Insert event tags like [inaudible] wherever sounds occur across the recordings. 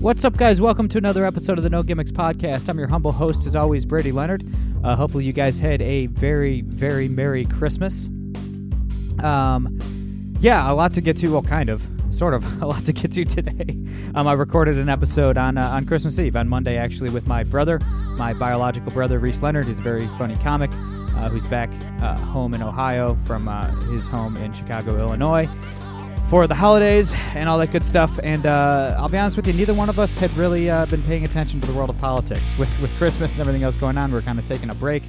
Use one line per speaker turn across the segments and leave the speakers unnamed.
What's up, guys? Welcome to another episode of the No Gimmicks Podcast. I'm your humble host, as always, Brady Leonard. Uh, hopefully, you guys had a very, very Merry Christmas. Um, yeah, a lot to get to. Well, kind of, sort of, [laughs] a lot to get to today. Um, I recorded an episode on uh, on Christmas Eve on Monday, actually, with my brother, my biological brother, Reese Leonard, who's a very funny comic, uh, who's back uh, home in Ohio from uh, his home in Chicago, Illinois, for the holidays and all that good stuff. And uh, I'll be honest with you, neither one of us had really uh, been paying attention to the world of politics with with Christmas and everything else going on. We we're kind of taking a break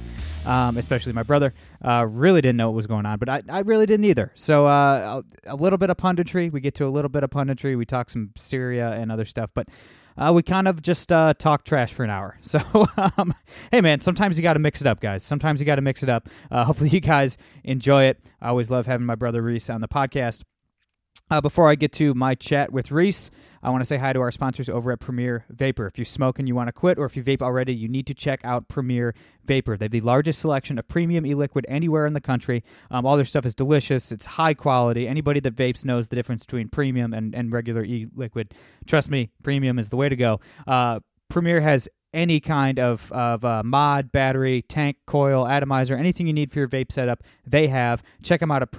um, especially my brother, uh, really didn't know what was going on, but I, I really didn't either. So uh, a a little bit of punditry. We get to a little bit of punditry. We talk some Syria and other stuff, but uh, we kind of just uh, talk trash for an hour. [laughs] So um, hey, man, sometimes you got to mix it up, guys. Sometimes you got to mix it up. Uh, hopefully, you guys enjoy it. I always love having my brother Reese on the podcast. Uh, before I get to my chat with Reese, I want to say hi to our sponsors over at Premier Vapor. If you smoke and you want to quit, or if you vape already, you need to check out Premier Vapor. They have the largest selection of premium e liquid anywhere in the country. Um, all their stuff is delicious, it's high quality. Anybody that vapes knows the difference between premium and, and regular e liquid. Trust me, premium is the way to go. Uh, Premier has any kind of, of uh, mod, battery, tank, coil, atomizer, anything you need for your vape setup, they have. Check them out at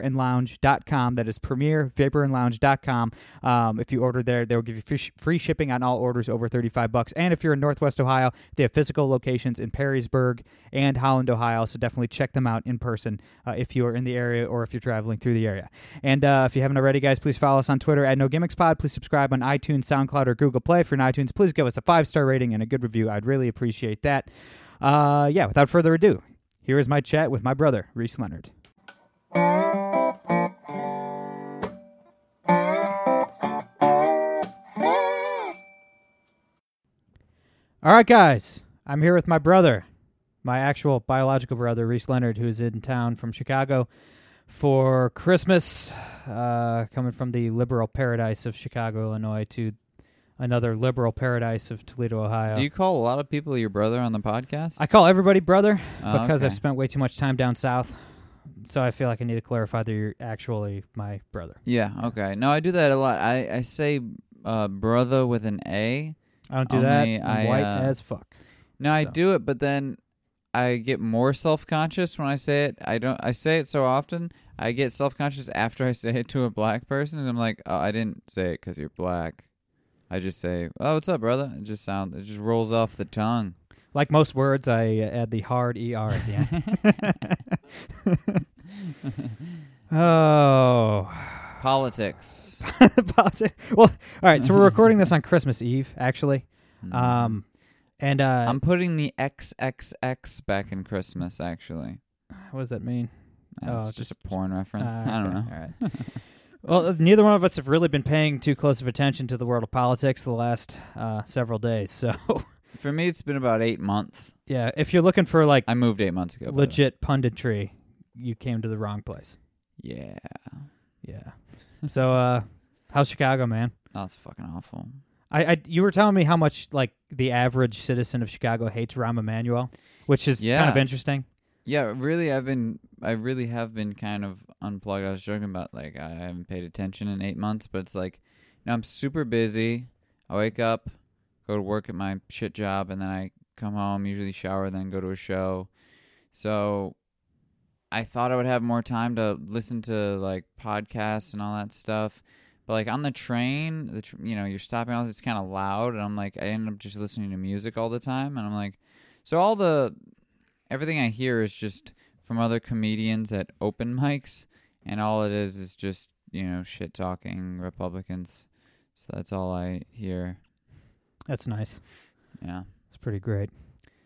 premiervaporandlounge.com. That is premiervaporandlounge.com. Um, if you order there, they'll give you free, sh- free shipping on all orders over 35 bucks. And if you're in Northwest Ohio, they have physical locations in Perrysburg and Holland, Ohio. So definitely check them out in person uh, if you are in the area or if you're traveling through the area. And uh, if you haven't already, guys, please follow us on Twitter at No Gimmicks Pod. Please subscribe on iTunes, SoundCloud, or Google Play. If you're on iTunes, please give us a five star rating and a good review. I'd really appreciate that. Uh, yeah, without further ado, here is my chat with my brother, Reese Leonard. All right, guys, I'm here with my brother, my actual biological brother, Reese Leonard, who's in town from Chicago for Christmas, uh, coming from the liberal paradise of Chicago, Illinois, to another liberal paradise of Toledo, Ohio.
Do you call a lot of people your brother on the podcast?
I call everybody brother
Oh,
because I've
okay.
spent way too much time down south, so I feel like I need to clarify that you're actually my brother.
yeah, okay. No, I do that a lot. I, I say uh, brother with an A.
I don't do
Only
that. I'm
I,
white
uh,
as fuck.
No, I
So.
do it, but then I get more self conscious when I say it. I don't. I say it so often. I get self conscious after I say it to a black person, and I'm like, oh, I didn't say it because you're black. I just say, oh, what's up, brother? It just sounds. It just rolls off the tongue.
Like most words, I uh, add the hard er at the end. oh, [laughs]
Politics.
Politics. well, all right. So we're recording this on Christmas Eve, actually.
Mm-hmm.
Um, and uh,
I'm putting the XXX back in Christmas. Actually,
what does that mean?
That's
Oh,
just,
just-
a porn reference.
Ah,
I
okay.
don't know.
All right. well, uh, neither one of us have really been paying too close of attention to the world of politics the last uh, several days. So, [laughs]
For me, it's been about eight months.
yeah, if you're looking for like
I moved eight months ago. by the way.
legit punditry, you came to the wrong place.
Yeah.
Yeah. so, uh, how's Chicago, man?
That's fucking awful.
I, I, you were telling me how much like the average citizen of Chicago hates Rahm Emanuel, which is kind of
Yeah.
interesting.
Yeah, really, I've been, I really have been kind of unplugged. I was joking about like I haven't paid attention in eight months, but it's like, now I'm super busy. I wake up, go to work at my shit job, and then I come home, usually shower, then go to a show. So I thought I would have more time to listen to like podcasts and all that stuff. But like on the train, the tr- you know, you're stopping all it's kind of loud, and I'm like, I end up just listening to music all the time, and I'm like, so all the everything I hear is just from other comedians at open mics, and all it is is just you know shit talking Republicans. So that's all I hear.
That's nice.
Yeah.
It's pretty great.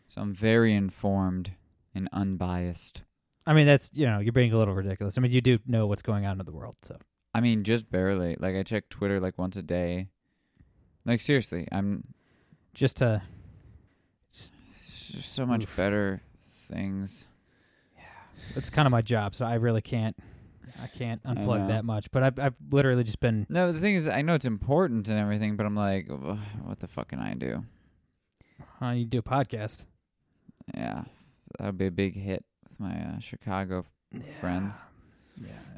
So I'm very informed and unbiased.
I mean, that's you know, you're being a little ridiculous. I mean, you do know what's going on in the world, so
I mean, just barely. Like I check Twitter like once a day. Like seriously, I'm
just to
It's just so much better things.
it's kind of my job, so I really can't I can't unplug
know.
that much. But I've I've literally just been
No, the thing is, I know it's important and everything, but I'm like, "Ugh, what the fuck can I do?
uh, you do a podcast.
Yeah, that would be a big hit with my uh, Chicago f friends.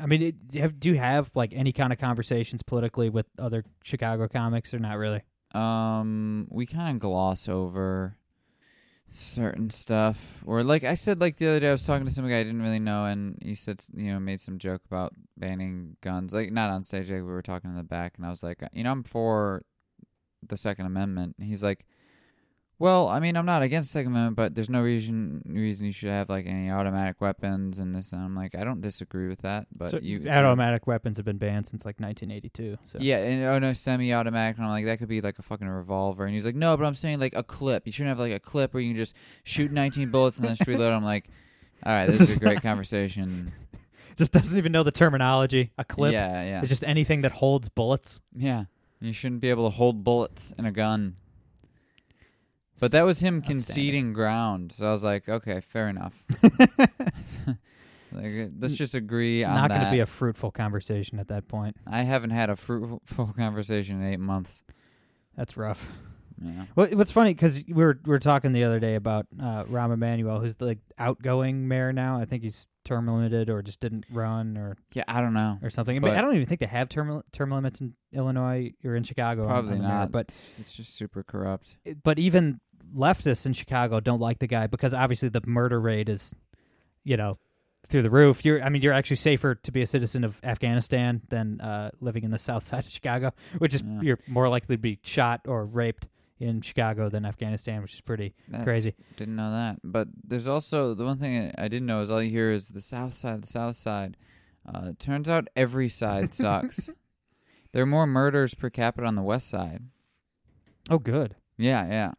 I mean, it, do you have, do you have like any kind of conversations politically with other Chicago comics or not really?
Um, we kind of gloss over certain stuff, or like I said, like the other day, I was talking to some guy I didn't really know, and he said, s- you know, made some joke about banning guns, like not on stage. Like we were talking in the back, and I was like, you know, I'm for the Second Amendment. And he's like, well, I mean, I'm not against Second Amendment, but there's no reason reason you should have like any automatic weapons and this. And I'm like, I don't disagree with that, but
So
you it's your-
automatic weapons have been banned since like 1982. So
yeah, and oh no, semi-automatic, and I'm like, that could be like a fucking revolver. And he's like, no, but I'm saying like a clip. You shouldn't have like a clip where you can just shoot 19 bullets and then just reload. I'm like, all right, this,
This is
is a
[laughs]
great conversation.
[laughs] just doesn't even know the terminology. A clip.
Yeah, yeah,
It's just anything that holds bullets.
yeah. You shouldn't be able to hold bullets in a gun. But that was him
Outstanding.
conceding ground, so I was like, okay,
[laughs]
fair enough. [laughs] like, uh, let's just agree on
Not
that.
going to be a fruitful conversation at that point.
I haven't had a fruitful [laughs] conversation in eight months.
That's rough.
Yeah.
Well, what's funny because we were we were talking the other day about uh, Rahm Emanuel, who's the like, outgoing mayor now. I think he's term limited or just didn't run or,
Yeah, I don't know.
or something. I mean,
But-
I don't even think they have term term limits in Illinois or in Chicago. on-
Probably
on the mayor,
not.
but
It's just super corrupt.
but even leftists in Chicago don't like the guy because obviously the murder rate is, you know, through the roof. You're, I mean, you're actually safer to be a citizen of Afghanistan than uh, living in the [laughs] South Side of Chicago, which is
Yeah.
you're more likely to be shot or raped in Chicago than Afghanistan, which is pretty
That's-
crazy.
Didn't know that. But there's also the one thing I I didn't know is all you hear is the South Side, the South Side. Uh, it turns out
[laughs]
every side sucks. there are more murders per capita on the West Side.
Oh, good.
Yeah, yeah.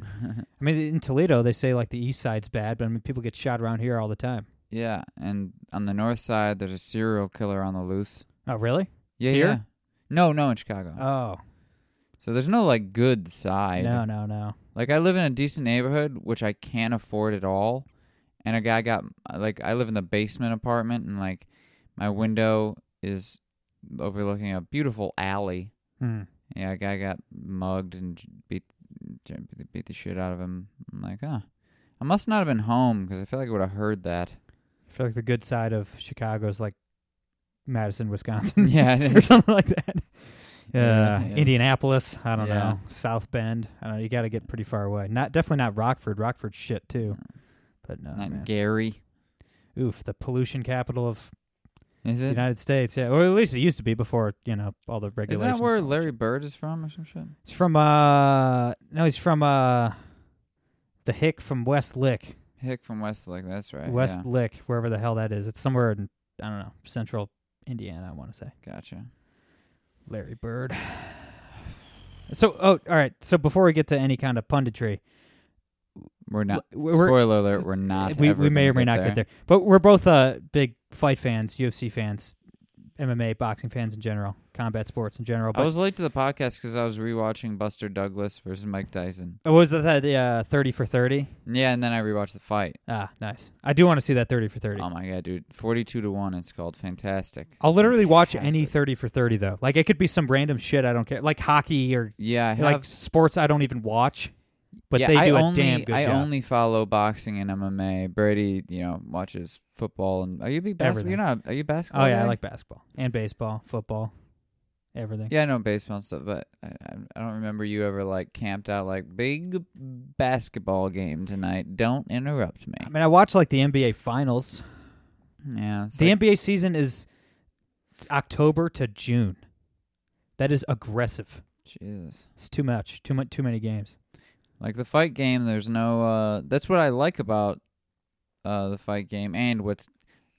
I mean, in Toledo they say like the East Side's bad, but I mean people get shot around here all the time.
Yeah. And on the North Side, there's a serial killer on the loose.
Oh, really?
Yeah,
Here?
yeah. No, no, in Chicago.
Oh,
so there's no like good side.
no, no, no.
Like I live in a decent neighborhood, which I can't afford at all. And a guy got like I live in the basement apartment, and like my window is overlooking a beautiful alley.
Hmm.
Yeah, a guy got mugged and j- beat j- beat the shit out of him. I'm like, huh. I must not have been home because I feel like I would have
[laughs]
heard that. [laughs]
I feel like the good side of Chicago is like Madison, Wisconsin.
yeah, it
[laughs] or
is.
something like that. Uh,
Yeah, yeah.
Indianapolis, I don't
Yeah.
know. South Bend, I don't know. You got to get pretty far away. Not definitely not Rockford. Rockford's shit too. But no,
Mm. not
man.
Gary.
oof, the pollution capital of
Is
the
it?
United States. Yeah, or at least it used to be before you know all the
Is
regulations.
that where
and all that
Larry
shit.
Bird is from or some shit?
He's from uh, no, he's from uh, the hick from West Lick,
Hick from Westlake. That's right.
West
yeah.
Lick, wherever the hell that is. It's somewhere in I don't know central Indiana. I want to say.
Gotcha.
Larry Bird. [sighs] So, oh, all right. So before we get to any kind of punditry,
We're not.
we're, we're-
spoiler alert: We're not.
we,
ever
we may
gonna
or may not
there.
get there, but we're both uh, big fight fans, UFC fans, MMA, boxing fans in general, combat sports in general. But
I was late to the podcast because I was rewatching Buster Douglas versus Mike Tyson.
oh, was that the uh, thirty for thirty?
Yeah, and then I rewatched the fight.
Ah, nice. I do want to see that thirty for thirty.
Oh my god, dude, forty-two to one. It's called fantastic.
I'll literally watch any thirty for thirty though. Like it could be some random shit. I don't care, like hockey or
Yeah, I have.
like sports. I don't even watch, but
yeah,
they do
I
a
only,
damn good
I
job.
only follow boxing and MMA. Brady, you know, watches football and are you a big basketball?
Everything.
You're not. Are you a basketball?
oh yeah, I
guy?
like basketball and baseball, football, everything.
Yeah, I know baseball and stuff, but I, I I don't remember you ever like camped out like big basketball game tonight. Don't interrupt me.
I mean, I watch like the NBA finals.
Yeah, it's
The
like-
NBA season is October to June. That is aggressive.
Jesus.
It's too much. Too much. Too many games.
Like the fight game, there's no. Uh, that's what I like about uh, the fight game, and what's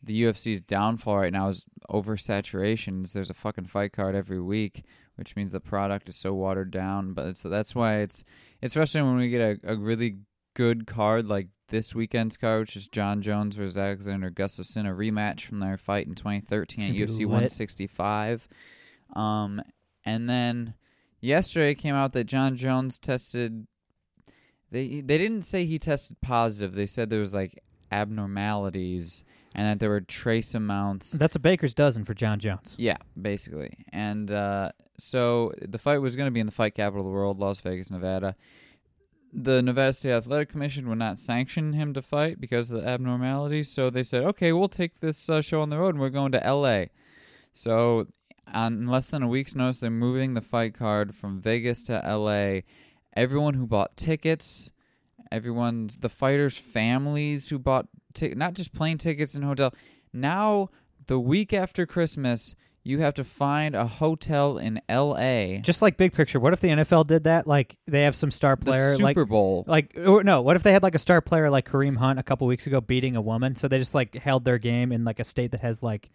the UFC's downfall right now is oversaturations. There's a fucking fight card every week, which means the product is so watered down. But it's, that's why it's it's frustrating when we get a, a really good card like this weekend's card, which is John Jones versus Alexander Gustafsson, a rematch from their fight in 2013 at
It's gonna be
UFC
lit.
165. Um, and then yesterday it came out that John Jones tested. They they didn't say he tested positive. They said there was like abnormalities and that there were trace amounts.
That's a baker's dozen for John Jones.
Yeah, basically. And uh, so the fight was going to be in the fight capital of the world, Las Vegas, Nevada. The Nevada State Athletic Commission would not sanction him to fight because of the abnormalities. So they said, okay, we'll take this uh, show on the road and we're going to L.A. So on less than a week's notice, they're moving the fight card from Vegas to L.A. Everyone who bought tickets, everyone's the fighters' families who bought ti- not just plane tickets and hotel. Now the week after Christmas, you have to find a hotel in L.A.
Just like big picture, what if the NFL did that? Like they have some star
the
player, like [laughs]
Super Bowl.
like or no, what if they had like a star player like Kareem Hunt a couple weeks ago beating a woman? So they just like held their game in like a state that has like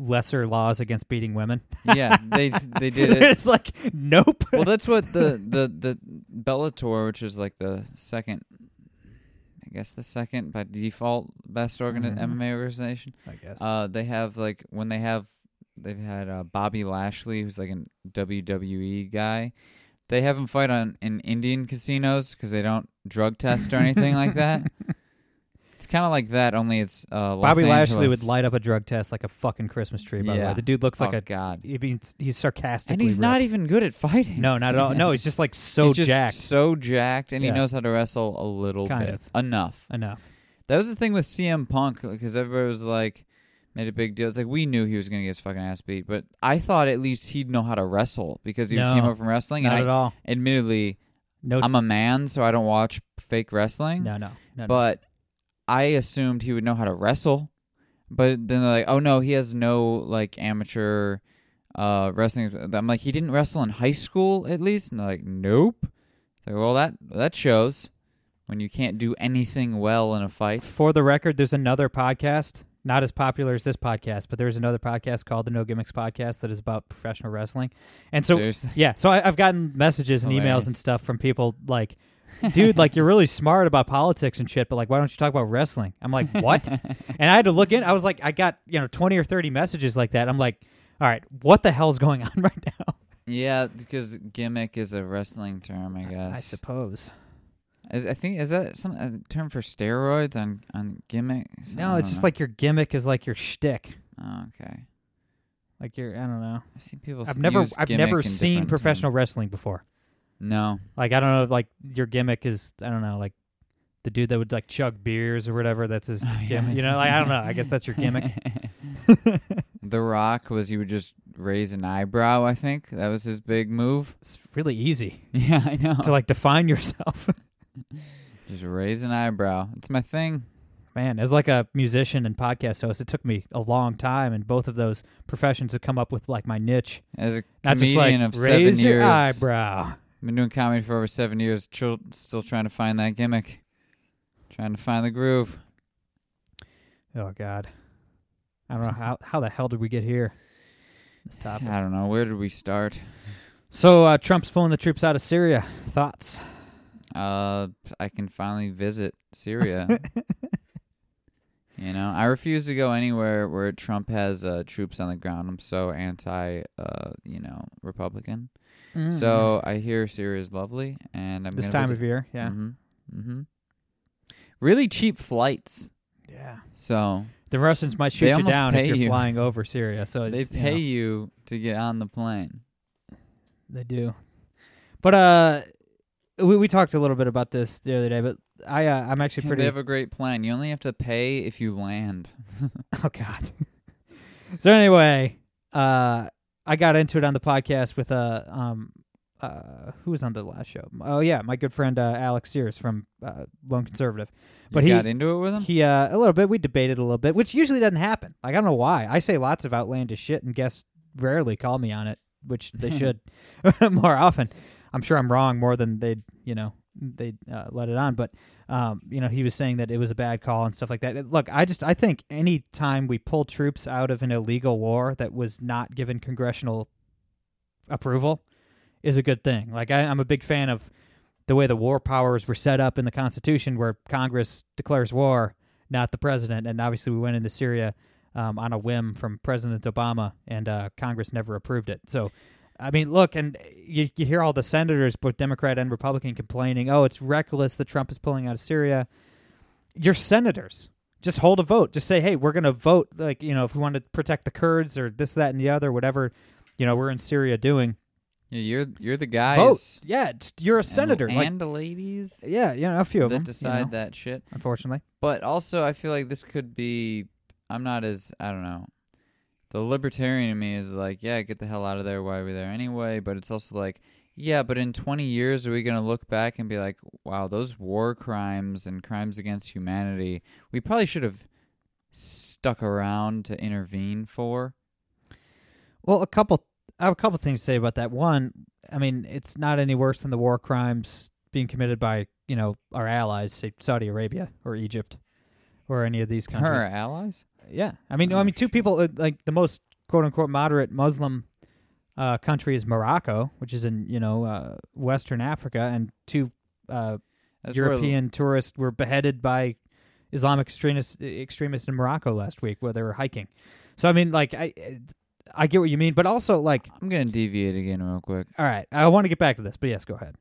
lesser laws against beating women.
yeah, they they
[laughs]
did
They're
it.
just like, nope.
Well, that's what the the the Bellator, which is like the second, I guess the second by default best organ
Mhm.
MMA organization.
I guess.
Uh, they have like when they have they've had uh, Bobby Lashley, who's like a WWE E guy. They have him fight on in Indian casinos because they don't drug test or anything
[laughs]
like that. It's kind of like that, only it's uh, Los
Bobby Lashley
Angeles.
would light up a drug test like a fucking Christmas tree. By the
Yeah.
way, the dude looks like
oh,
a.
god,
I mean, he's sarcastic.
and he's not even good at fighting.
No, not at all.
[laughs]
No, he's just like so
he's just
jacked.
so jacked, and
Yeah.
he knows how to wrestle a little
Kind
bit,
of.
enough.
Enough.
That was the thing with CM Punk because everybody was like, made a big deal. It's like we knew he was gonna get his fucking ass beat, but I thought at least he'd know how to wrestle because he
No,
came up from wrestling.
Not
and I,
at all.
admittedly,
No.
I'm a man, so I don't watch fake wrestling.
no. No. No. no.
But I assumed he would know how to wrestle. But then they're like, oh no, he has no like amateur uh, wrestling. I'm like, he didn't wrestle in high school at least. And they're like, nope. It's like, well, that that shows when you can't do anything well in a fight.
For the record, there's another podcast, not as popular as this podcast, but there's another podcast called the No Gimmicks Podcast that is about professional wrestling. And so,
Seriously.
yeah, so I, I've gotten messages and emails
Hilarious.
and stuff from people like, dude, like you're really smart about politics and shit, but like, why don't you talk about wrestling? I'm like, what?
[laughs]
and I had to look in. I was like, I got, you know, 20 or 30 messages like that. I'm like, all right, what the hell's going on [laughs] right now?
[laughs] Yeah, because gimmick is a wrestling term, I guess.
I suppose.
Is- I think is that some a term for steroids on on gimmick?
No, it's just like your gimmick is like your shtick.
oh, okay.
Like your, I don't know.
I've seen people. s-
I've never,
use
I've
gimmick
never
in
seen
different
professional
terms.
wrestling before.
No,
Like I don't know, like your gimmick is I don't know, like the dude that would like chug beers or whatever. That's his
[laughs] Oh, yeah.
gimmick. You know, like I don't know. I guess that's your
[laughs]
gimmick.
the Rock was he would just raise an eyebrow. I think that was his big move. [laughs]
it's really easy
Yeah, I know.
to like define yourself. [laughs]
Just raise an eyebrow. It's my thing.
Man, as like a musician and podcast host, it took me a long time in both of those professions to come up with like my niche.
As a
Not just like
comedian of
raise
seven
your
years,
eyebrow.
I've been doing comedy for over seven years. Chill, still trying to find that gimmick. Trying to find the groove.
Oh God, I don't know how how the hell did we get here? This topic.
I don't know. Where did we start?
So uh, Trump's pulling the troops out of Syria. Thoughts?
Uh, I can finally visit
[laughs]
Syria. you know, I refuse to go anywhere where Trump has uh, troops on the ground. I'm so anti, uh, you know, Republican. Mm-hmm. So I hear Syria is lovely, and I'm
Mm-hmm. this
gonna
time
visit.
of year, yeah,
hmm hmm Really cheap flights.
yeah.
So
The Russians might
Mm-hmm.
shoot
They
you
almost
down if
pay
you're
you.
flying over Syria. So
they
it's, You
pay
know,
you to get on the plane.
they do. But uh, we we talked a little bit about this the other day. But I uh, I'm actually
Hey,
pretty.
They have a great plan. You only have to pay if you land.
[laughs] oh God. so anyway, uh, I got into it on the podcast with uh um uh who was on the last show? Oh yeah, my good friend uh, Alex Sears from uh, Lone Conservative. But
you
he
got into it with them.
He uh, a little bit. We debated a little bit, which usually doesn't happen. Like I don't know why. I say lots of outlandish shit, and guests rarely call me on it, which they should [laughs] more often. I'm sure I'm wrong more than they'd you know they'd uh, let it on. But um, you know, he was saying that it was a bad call and stuff like that. It- Look, I just I think any time we pull troops out of an illegal war that was not given congressional approval is a good thing. Like I, I'm a big fan of the way the war powers were set up in the Constitution, where Congress declares war, not the president. And obviously, we went into Syria um, on a whim from President Obama, and uh, Congress never approved it. So I mean, look, and you, you hear all the senators, both Democrat and Republican, complaining, "Oh, it's reckless that Trump is pulling out of Syria." Your senators just hold a vote. Just say, "Hey, we're going to vote." Like you know, if we want to protect the Kurds or this, that, and the other, whatever, you know, we're in Syria doing.
Yeah, you're you're the guys.
Vote, yeah. it's- You're a
and-
senator,
and,
like
the ladies
yeah, you know, a few of
that
them
decide
you know,
that shit.
Unfortunately,
But also, I feel like this could be. I'm not as I don't know. The libertarian in me is like, yeah, get the hell out of there. Why are we there anyway? But it's also like, yeah, but in 20 years, are we gonna look back and be like, wow, those war crimes and crimes against humanity, we probably should have stuck around to intervene for.
Well, a couple. I have a couple things to say about that. One, I mean, it's not any worse than the war crimes being committed by you know our allies, say Saudi Arabia or Egypt, or any of these countries.
Her allies?
Yeah, I mean, I mean, two people uh, like the most quote unquote moderate Muslim uh, country is Morocco, which is in you know uh, Western Africa, and two uh,
That's where-
European tourists were beheaded by Islamic extremists extremists in Morocco last week where they were hiking. So I mean, like I. I get what you mean, but also like
I'm gonna deviate again real quick.
all right, I want to get back to this, but yes, go ahead.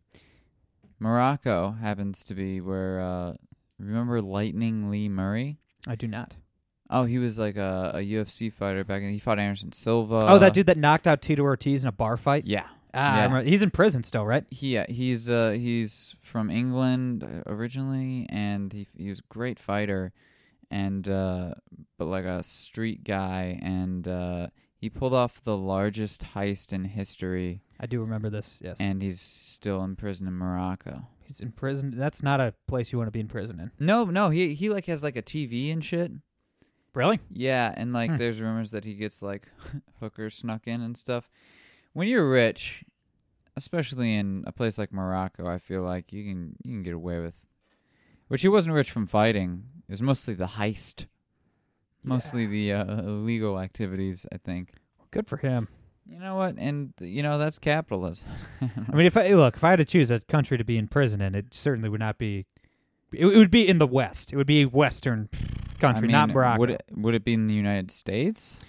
Morocco happens to be where. Uh, remember Lightning Lee Murray?
I do not.
Oh, he was like a, a UFC fighter back in. He fought Anderson Silva.
oh, that dude that knocked out Tito Ortiz in a bar fight.
Yeah,
Ah, I
yeah.
remember- he's in prison still, right?
he yeah, he's uh he's from England uh, originally, and he he was a great fighter, and uh but like a street guy, and uh he pulled off the largest heist in history,
I do remember this. Yes,
and he's still in prison in Morocco.
he's in prison. That's not a place you want to be in prison in.
No, no, he he like has like a TV and shit.
Really?
Yeah, and like
Hmm.
there's rumors that he gets like [laughs] hookers snuck in and stuff. When you're rich, especially in a place like Morocco, I feel like you can you can get away with. Which he wasn't rich from fighting. It was mostly the heist, mostly the uh, illegal activities. I think.
Good for [laughs] him.
You know what? And you know that's capitalism. [laughs]
I mean, if I look, if I had to choose a country to be in prison in, it certainly would not be. It, it would be in the West. It would be a Western country,
I mean,
not Morocco.
Would it, would it be in the United States?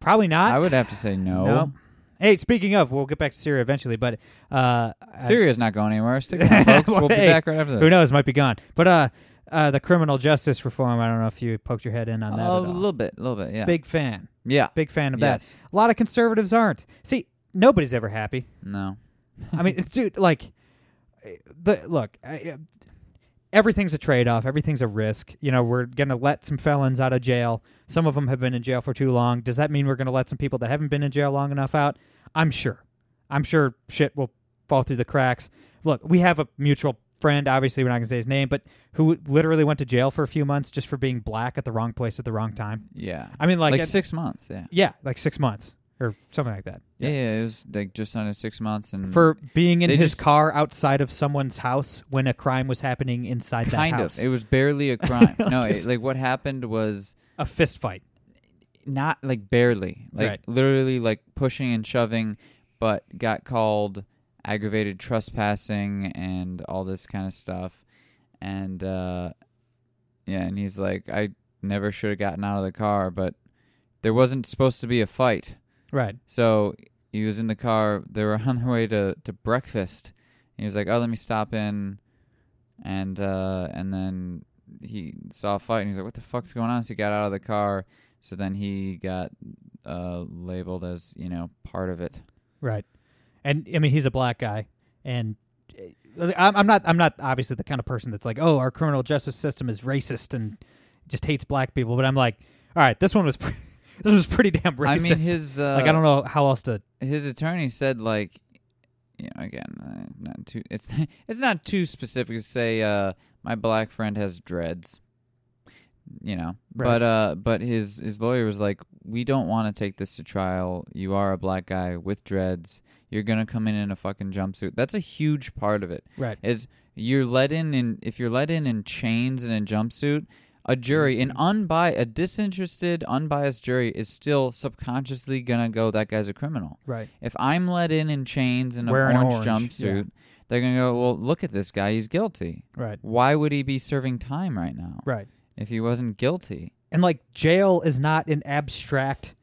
Probably not.
I would have to say no.
No. Hey, speaking of, we'll get back to Syria eventually, but uh, I-
Syria's not going anywhere.
[laughs]
Stick around, folks. We'll be
Hey,
back right after this.
Who knows? Might be gone. But uh, uh, the criminal justice reform. I don't know if you poked your head in on that.
a
at all.
little bit, a little bit, yeah.
Big fan.
yeah.
Big fan of
Yes.
that. A lot of conservatives aren't. See, nobody's ever happy.
No.
I mean, dude, like, the look, I, everything's a trade off. Everything's a risk. You know, we're gonna let some felons out of jail. Some of them have been in jail for too long. Does that mean we're gonna let some people that haven't been in jail long enough out? I'm sure. I'm sure shit will fall through the cracks. Look, we have a mutual friend. Obviously, we're not gonna say his name, but who literally went to jail for a few months just for being black at the wrong place at the wrong time.
Yeah.
I mean, like,
like
at-
six months. Yeah.
yeah, like six months or something like that.
yeah. It was like just under six months and
for being in
They
his
just-
car outside of someone's house when a crime was happening inside that
kind
house.
of. It was
[laughs]
barely a crime. no, it, like what happened was
a fist fight.
not like barely, like
Right.
literally like pushing and shoving, but got called aggravated trespassing and all this kind of stuff. And uh yeah, and he's like, I never should have gotten out of the car, but there wasn't supposed to be a fight.
Right.
So he was in the car. They were on their way to, to breakfast. And he was like, "Oh, let me stop in," and uh, and then he saw a fight, and he's like, "What the fuck's going on?" So he got out of the car. So then he got uh, labeled as you know part of it.
Right. And I mean, he's a black guy, and uh, I'm, I'm not. I'm not obviously the kind of person that's like, oh, our criminal justice system is racist and just hates black people. But I'm like, all right, this one was [laughs] pre- this was pretty damn racist.
I mean, his uh,
like, I don't know how else to.
his attorney said like you know again uh, not too it's [laughs] it's not too specific to say uh my black friend has dreads you know
Right.
but uh but his his lawyer was like we don't want to take this to trial you are a black guy with dreads you're gonna come in in a fucking jumpsuit that's a huge part of it
Right.
is you're let in in if you're let in in chains and a jumpsuit a jury an unbi a disinterested unbiased jury is still subconsciously gonna go that guy's a criminal
Right.
if I'm let in in chains and an
Wearing
orange,
orange, yeah.
jumpsuit, they're gonna go. Well, look at this guy; he's guilty.
Right.
Why would he be serving time right now?
Right.
If he wasn't guilty,
and like jail is not an abstract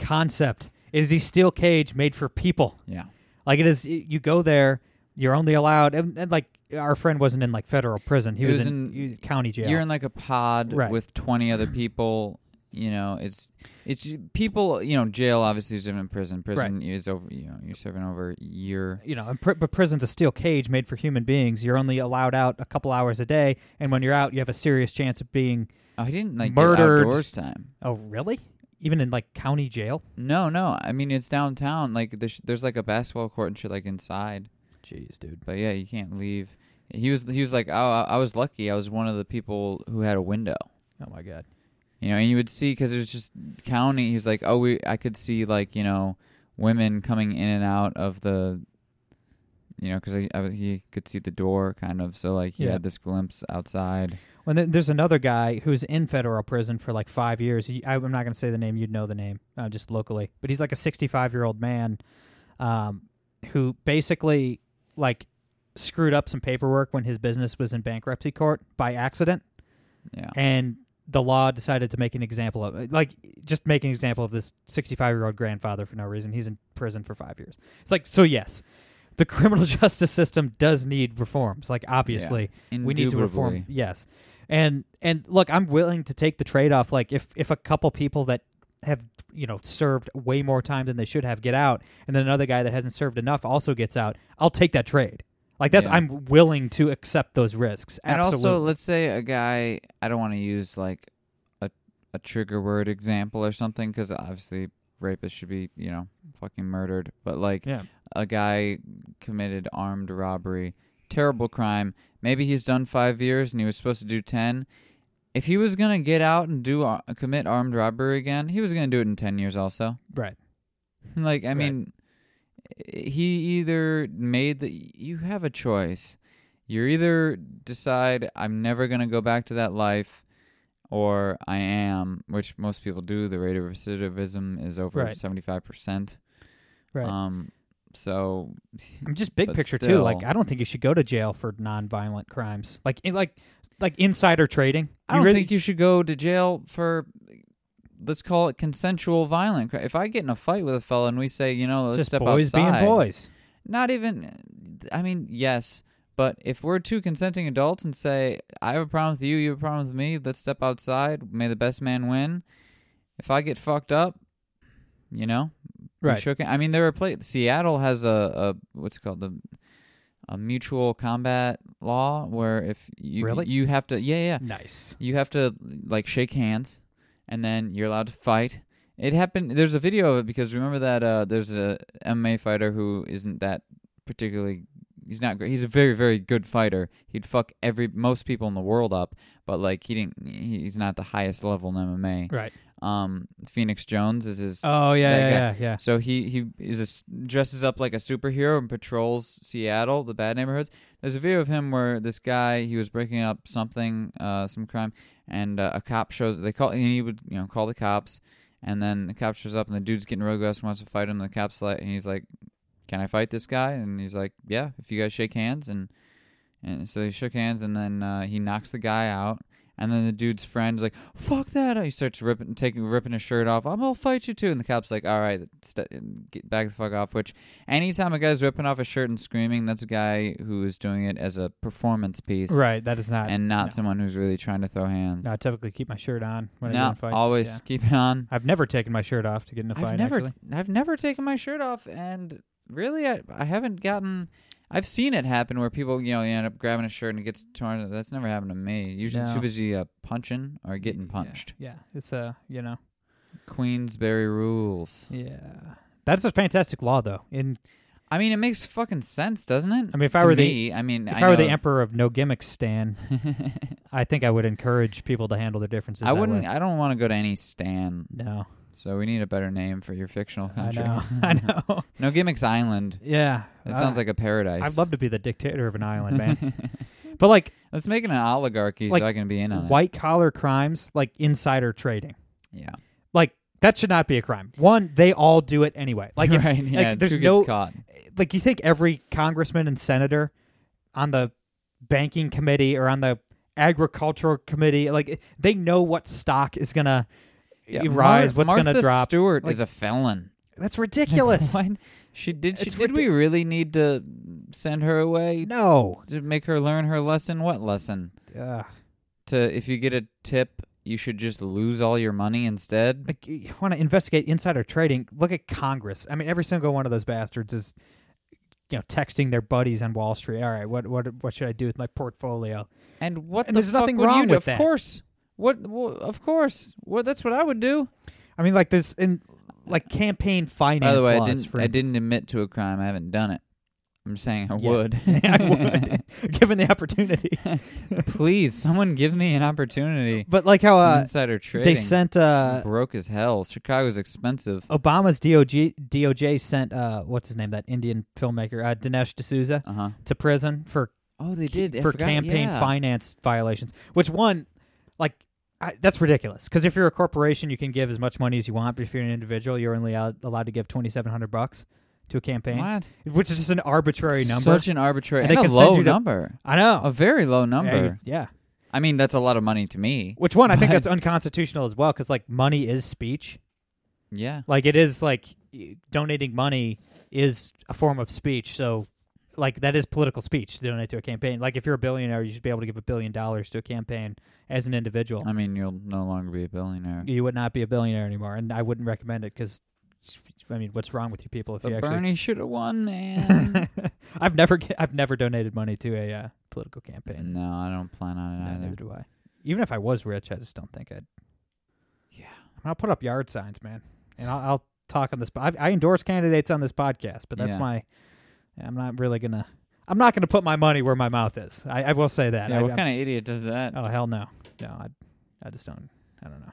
concept It is a steel cage made for people.
Yeah.
Like it is, you go there, you're only allowed, and, and like our friend wasn't in like federal prison. He
It
was,
was
in,
in-
county jail.
You're in like a pod
Right.
with 20 other people. You know, it's it's people. You know, jail obviously is different than prison. Prison is over. You know, you're serving over a year.
you know, and pri- but prison's a steel cage made for human beings. You're only allowed out a couple hours a day, and when you're out, you have a serious chance of being.
Oh, he didn't like
Murdered.
Get outdoors time.
Oh, really? Even in like county jail?
No, no. I mean, it's downtown. Like there's, there's like a basketball court and shit like inside.
Jeez, dude.
But yeah, you can't leave. He was he was like, oh, I I was lucky. I was one of the people who had a window.
Oh my god.
You know, and you would see because it was just county. He was like, oh, we I could see like you know women coming in and out of the. You know, because I, he could see the door kind of, so like he
Yeah.
had this glimpse outside.
Well, then there's another guy who's in federal prison for like five years. He, I, I'm not going to say the name. You'd know the name uh, just locally. But he's like a 65 year old man um, who basically like screwed up some paperwork when his business was in bankruptcy court by accident.
Yeah,
And the law decided to make an example of like just make an example of this 65 year old grandfather for no reason. He's in prison for five years. It's like, so yes, the criminal [laughs] justice system does need reforms. Like, obviously we need to reform
Indubitably.
yes and and look i'm willing to take the trade-off like if if a couple people that have you know served way more time than they should have get out and then another guy that hasn't served enough also gets out i'll take that trade like that's
Yeah.
i'm willing to accept those risks
And
absolutely
also, let's say a guy, I don't want to use like a, a trigger word example or something because obviously rapists should be, you know, fucking murdered. But like
Yeah.
a guy committed armed robbery, terrible crime. Maybe he's done five years and he was supposed to do 10. If he was going to get out and do uh, commit armed robbery again, he was going to do it in 10 years also. [laughs]
right
Like, I mean, he either made the. You have a choice. You either decide I'm never going to go back to that life, or I am, which most people do. The rate of recidivism is over
Right.
seventy five percent.
right
Um, so [laughs]
i'm just big
but
picture too
still-
like i don't think you should go to jail for non-violent crimes like in, like like insider trading you
I don't
really
think you should go to jail for. Let's call it consensual violent. cri- If I get in a fight with a fella and we say, you know, let's
just
step
boys
outside,
being boys
not even i mean yes but if we're two consenting adults and say i have a problem with you you have a problem with me let's step outside may the best man win if i get fucked up you know we
right
shook i mean there are places seattle has a, a what's it called the a mutual combat law where if you
Really?
you have to yeah yeah
nice
you have to like shake hands, and then you're allowed to fight. It happened. There's a video of it because remember that uh, there's a MMA fighter who isn't that particularly. He's not great. He's a very very good fighter. He'd fuck every most people in the world up, but like he didn't. he- He's not the highest level in MMA.
right
Um, Phoenix Jones is his.
oh yeah
That
yeah,
guy.
yeah yeah
So he he is a s dresses up like a superhero and patrols Seattle, the bad neighborhoods. There's a video of him where this guy he was breaking up something, uh, some crime, and uh, a cop shows. They call and he would you know call the cops, and then the cop shows up and the dude's getting real aggressive, wants to fight him. And the cops like and he's like, "Can I fight this guy?" And he's like, "Yeah, if you guys shake hands." And and so they shook hands, and then uh, he knocks the guy out. And then the dude's friend is like, "Fuck that!" He starts ripping, taking, ripping his shirt off. I'm gonna fight you too. And the cop's like, "All right, st- get back the fuck off." Which, anytime a guy's ripping off his shirt and screaming, that's a guy who is doing it as a performance piece,
right that is not
And not
no.
someone who's really trying to throw hands.
No, I typically keep my shirt on when
No,
I go in fights.
always
yeah.
keep it on.
I've never taken my shirt off to get in a fight.
I've never,
actually.
I've never taken my shirt off, and really, I, I haven't gotten. I've seen it happen where people, you know, you end up grabbing a shirt and it gets torn. That's never happened to me. Usually,
No.
too busy uh, punching or getting punched.
Yeah, it's uh, you know,
Queensberry rules.
yeah. That's a fantastic law, though. In
I mean, it makes fucking sense, doesn't it?
I mean, if I
To
were the-
me, I mean,
if
I,
I, were
know-
the emperor of no gimmicks, Stan,
[laughs]
I think I would encourage people to handle their differences.
I
that
wouldn't.
way.
I don't want to go to any stand.
No,
So we need a better name for your fictional
I
country. [laughs]
know. I know.
no gimmicks island.
Yeah,
That
I-
sounds like a paradise.
I'd love to be the dictator of an island,
[laughs]
man. but like
Let's make it an oligarchy
Like,
so I can be in on
white collar crimes, like insider trading.
it. Yeah.
Like that should not be a crime. One, they all do it anyway.
[laughs]
Like if,
right.
like,
yeah.
there's
two
no
gets caught.
like you think every congressman and senator on the banking committee or on the agricultural committee like they know what stock is gonna
Yeah,
rise
Mar-
what's
Martha
gonna drop
Stewart
Like, [laughs]
is a felon.
That's ridiculous.
Why- She did. She,
It's
did we
ridic-
really need to send her away?
[laughs] No.
To make her learn her lesson. What lesson?
Ugh.
To if you get a tip, you should just lose all your money instead.
like you want to investigate insider trading, look at Congress. I mean, every single one of those bastards is, you know, texting their buddies on Wall Street. All right, what what what should I do with my portfolio?
And what?
And
the
there's
fuck
nothing
would you
wrong
do?
with
Of
that.
course. What? wha- of course. Well, that's what I would do.
I mean, like there's in like campaign finance.
By the way, I
laws,
didn't.
for
I
instance.
didn't admit to a crime. I haven't done it. I'm saying I
Yeah.
would.
[laughs] I would, given the opportunity.
[laughs] Please, someone give me an opportunity.
But like how
Some
uh,
insider trading.
they sent uh,
broke as hell. Chicago's expensive.
Obama's DOJ DOJ sent uh, what's his name that Indian filmmaker uh, Dinesh D'Souza
Uh huh.
to prison for
Oh, they did I
for
forgot-
campaign
yeah.
finance violations. Which one, like, I, that's ridiculous. Because if you're a corporation, you can give as much money as you want, but if you're an individual, you're only out, allowed to give twenty seven hundred bucks to a campaign,
What?
which is just an arbitrary number.
Such an arbitrary
And they
and
can
a
send
low
you to-
number.
I know
A very low
Yeah,
number.
you- yeah.
I mean, that's a lot of money to me.
Which one? I think
But-
that's unconstitutional as well, because like money is speech.
Yeah.
Like it is like y- donating money is a form of speech. So like that is political speech to donate to a campaign. Like if you're a billionaire, you should be able to give a billion dollars to a campaign as an individual.
I mean, you'll no longer be a billionaire.
you would not be a billionaire anymore, and I wouldn't recommend it because, I mean, what's wrong with you people if you
But
actually?
Bernie should have won, man.
[laughs] I've never, g- I've never donated money to a uh, political campaign.
no, I don't plan on it
No,
either.
neither do I. Even if I was rich, I just don't think I'd.
Yeah.
I mean, I'll put up yard signs, man, and I'll, I'll talk on this. I, I endorse candidates on this podcast, but that's
Yeah.
my. I'm not really gonna. I'm not gonna put my money where my mouth is. I, I will say that.
Yeah,
I,
what
I'm-
kind of idiot does that?
oh hell no, no. I, I just don't. I don't know.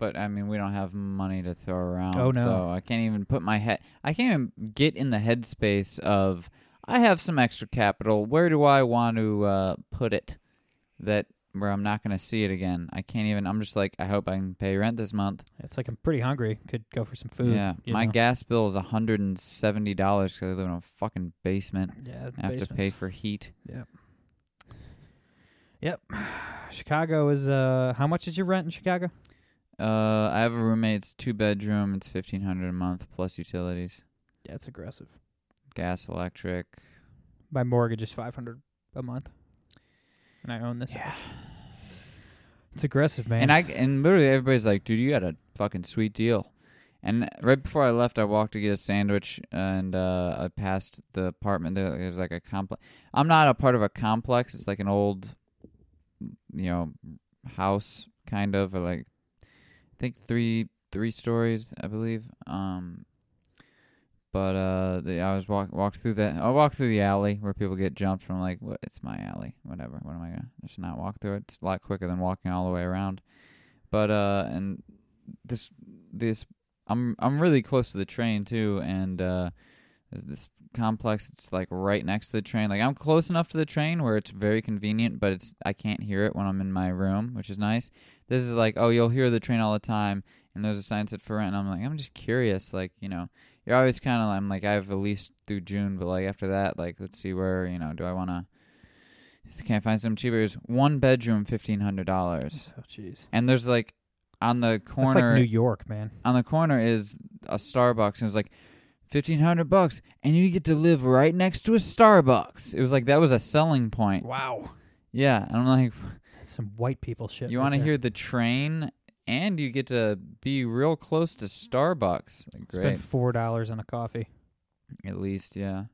But I mean, we don't have money to throw around.
Oh, no.
So I can't even put my head. I can't even get in the headspace of I have some extra capital. Where do I want to uh, put it? That where I'm not going to see it again. I can't even. I'm just like I hope I can pay rent this month.
It's like I'm pretty hungry. Could go for some food.
yeah.
you
My
know?
gas bill is 170 dollars because I live in a fucking basement.
Yeah,
I have to pay for heat.
Chicago is uh, how much is your rent in Chicago?
Uh, I have a roommate. It's two bedroom. It's 1500 a month plus utilities,
Yeah, it's aggressive.
gas, electric.
My mortgage is five hundred a month, and I own this house. It's aggressive, man.
And I and literally everybody's like, dude, you got a fucking sweet deal. And right before I left, I walked to get a sandwich, and uh, I passed the apartment. There there's like a complex. I'm not a part of a complex. It's like an old, you know, house kind of or like, I think three three stories, I believe. Um, but uh, the, I was walk walked through that. I walked through the alley where people get jumped from. Like, what? It's my alley. Whatever. What am I gonna just not walk through it? It's a lot quicker than walking all the way around. But uh, and this this I'm I'm really close to the train too, and uh, there's this complex it's like right next to the train. Like I'm close enough to the train where it's very convenient, but it's I can't hear it when I'm in my room, which is nice. This is like oh you'll hear the train all the time, and there's a sign that said for rent, and I'm like I'm just curious, like you know. You're always kind of. I'm like I have a lease through June, but like after that, like let's see where you know. Do I want to? Can I find something cheaper? It's one bedroom, fifteen hundred dollars,
oh jeez,
and there's like on the corner
that's like New York, man.
on the corner is a Starbucks, and it was like fifteen hundred bucks, and you get to live right next to a Starbucks. It was like that was a selling point.
Wow,
Yeah, and I'm like,
some white people shit.
you
right
want to
there.
hear the train, and you get to be real close to Starbucks. Like, great,
Spend four dollars on a coffee.
at least, yeah.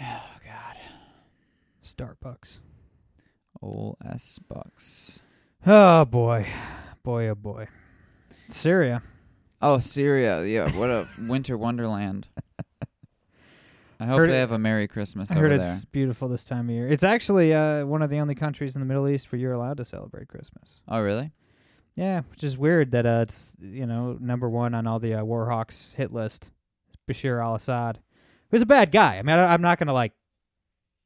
Oh God,
Starbucks.
old S bucks.
Oh boy, boy oh boy. Syria.
Oh, Syria, yeah,
[laughs]
what a winter wonderland. I hope
Heard
they
it-
have a Merry Christmas
I heard
over
it's
there.
beautiful this time of year. It's actually uh, one of the only countries in the Middle East where you're allowed to celebrate Christmas.
Oh, really?
Yeah, which is weird that uh, it's you know number one on all the uh, war hawks hit list. Bashir al-Assad, who's a bad guy. I mean, I, I'm not gonna like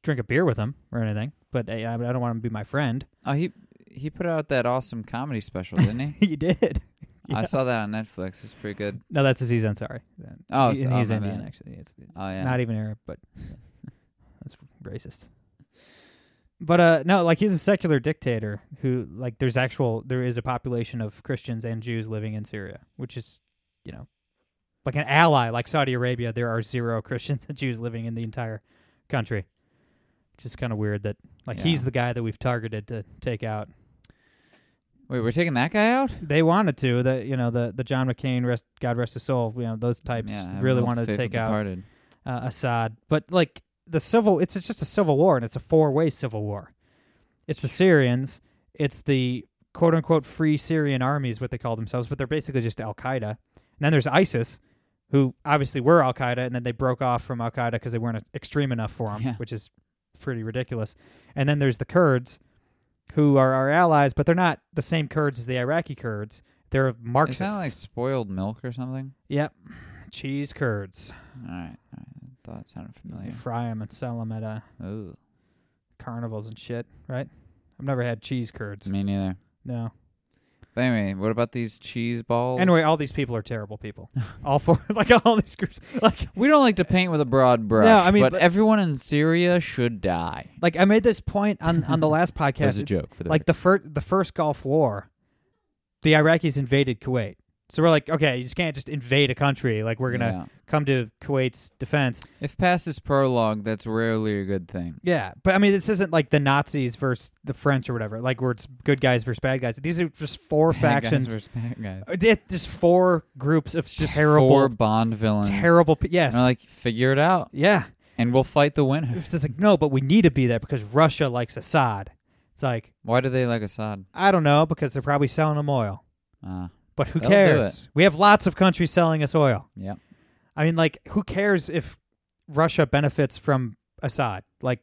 drink a beer with him or anything, but uh, I, I don't want him to be my friend. [laughs]
Oh, he he put out that awesome comedy special,
[laughs]
didn't he?
you did. Yeah.
I saw that on Netflix. It's pretty good.
No, that's Aziz Ansari.
Oh,
He-
so-
and
oh,
he's
my
Indian
bad.
actually. It's
Oh yeah.
not even Arab,
[laughs]
but that's racist. But uh, no, like he's a secular dictator who like there's actual there is a population of Christians and Jews living in Syria, which is you know, like an ally like Saudi Arabia, there are zero [laughs] Christians and Jews living in the entire country. Which is kind of weird that like
Yeah.
he's the guy that we've targeted to take out. e-
Wait, we're taking that guy out?
They wanted to the you know the the John McCain rest God rest his soul you know those types
Yeah,
really
everyone's
wanted to
faithful
take out
departed.
uh, Assad. But like the civil, it's, it's just a civil war, and it's a four-way civil war. It's the Syrians, it's the quote-unquote free Syrian army is what they call themselves, but they're basically just Al Qaeda. And then there's ISIS, who obviously were Al Qaeda, and then they broke off from Al Qaeda because they weren't extreme enough for them,
Yeah.
which is pretty ridiculous. And then there's the Kurds, who are our allies, but they're not the same Kurds as the Iraqi Kurds. They're
It
Marxists.
sounded like spoiled milk or something.
yep, cheese Kurds.
All right, all right. I thought it sounded familiar.
Fry them and sell them at a
Ooh,
carnivals and shit, right? I've never had cheese curds.
me neither.
No.
But anyway, what about these cheese balls?
Anyway, uh, all these people are terrible
[laughs]
people. all four, [laughs] like all these groups, like
we don't like to paint with a broad brush.
No, I mean,
but,
but-
everyone in Syria should die.
like I made this point on
[laughs]
on the last podcast.
That was a
It's
joke for the
like the first the first Gulf War, the Iraqis invaded Kuwait. So we're like, okay, you just can't just invade a country. Like we're gonna come to Kuwait's defense.
If past is prologue, that's rarely a good thing.
Yeah, but I mean, this isn't like the Nazis versus the French or whatever. Like where it's good guys versus bad guys. These are just
[laughs]
four
Bad guys
factions.
versus bad [laughs] guys.
Uh, they're just four groups of
Just
terrible,
four Bond villains.
terrible. pe- Yes.
And they're like, figure it out,
yeah.
and we'll fight the winner.
It's just like, no, but we need to be there because Russia likes Assad. It's like,
Why do they like Assad?
I don't know, because they're probably selling them oil.
Ah,
But who
They'll do
cares? We have lots of countries selling us oil.
yep.
I mean, like, who cares if Russia benefits from Assad? Like,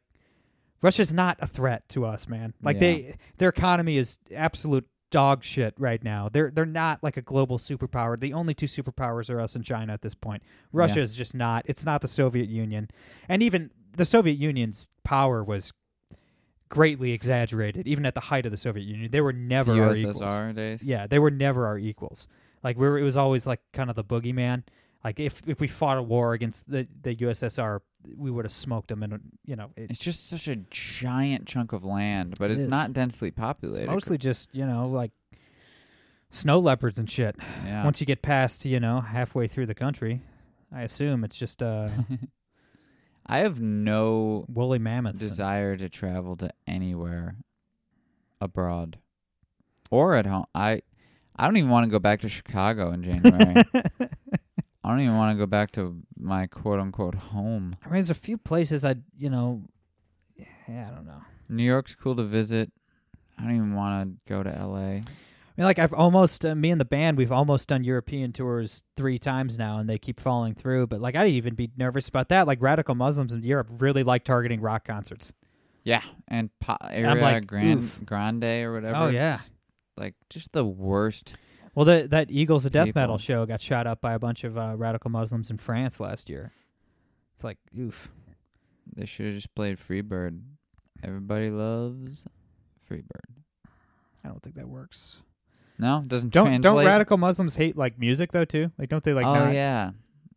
Russia's not a threat to us, man. Like
Yeah.
they their economy is absolute dog shit right now. They're they're not like a global superpower. The only two superpowers are us and China at this point. Russia
Yeah.
is just not. It's not the Soviet Union. And even the Soviet Union's power was greatly exaggerated even at the height of the Soviet Union. They were never
The
our equals.
USSR days.
Yeah, they were never our equals. Like we were, it was always like kind of the boogeyman. Like if if we fought a war against the the USSR, we would have smoked them. And you know, it,
It's just such a giant chunk of land, but
It
it's
is.
not densely
it's
populated.
mostly just you know like snow leopards and shit.
yeah.
Once you get past you know halfway through the country, I assume it's just uh
I have no
woolly mammoths. and-
desire to travel to anywhere abroad or at home. I I don't even want to go back to Chicago in
[laughs]
January. I don't even want to go back to my quote unquote home.
I mean, there's a few places I you know, yeah, I don't know.
New York's cool to visit. I don't even want to go to LA.
I mean, like I've almost uh, me and the band, we've almost done European tours three times now, and they keep falling through. But like, I'd even be nervous about that. Like, radical Muslims in Europe really like targeting rock concerts.
Yeah, and pa- area
I'm like,
Grand
oof.
Grande or whatever.
Oh, yeah.
Just, like just the worst.
Well, the, that Eagles of Death
People.
Metal show got shot up by a bunch of uh, radical Muslims in France last year. It's like, oof.
They should have just played Freebird. Everybody loves Freebird.
I don't think that works.
No, it doesn't
Don't
translate.
don't radical Muslims hate like music though too? Like, don't they like?
oh
not-
yeah,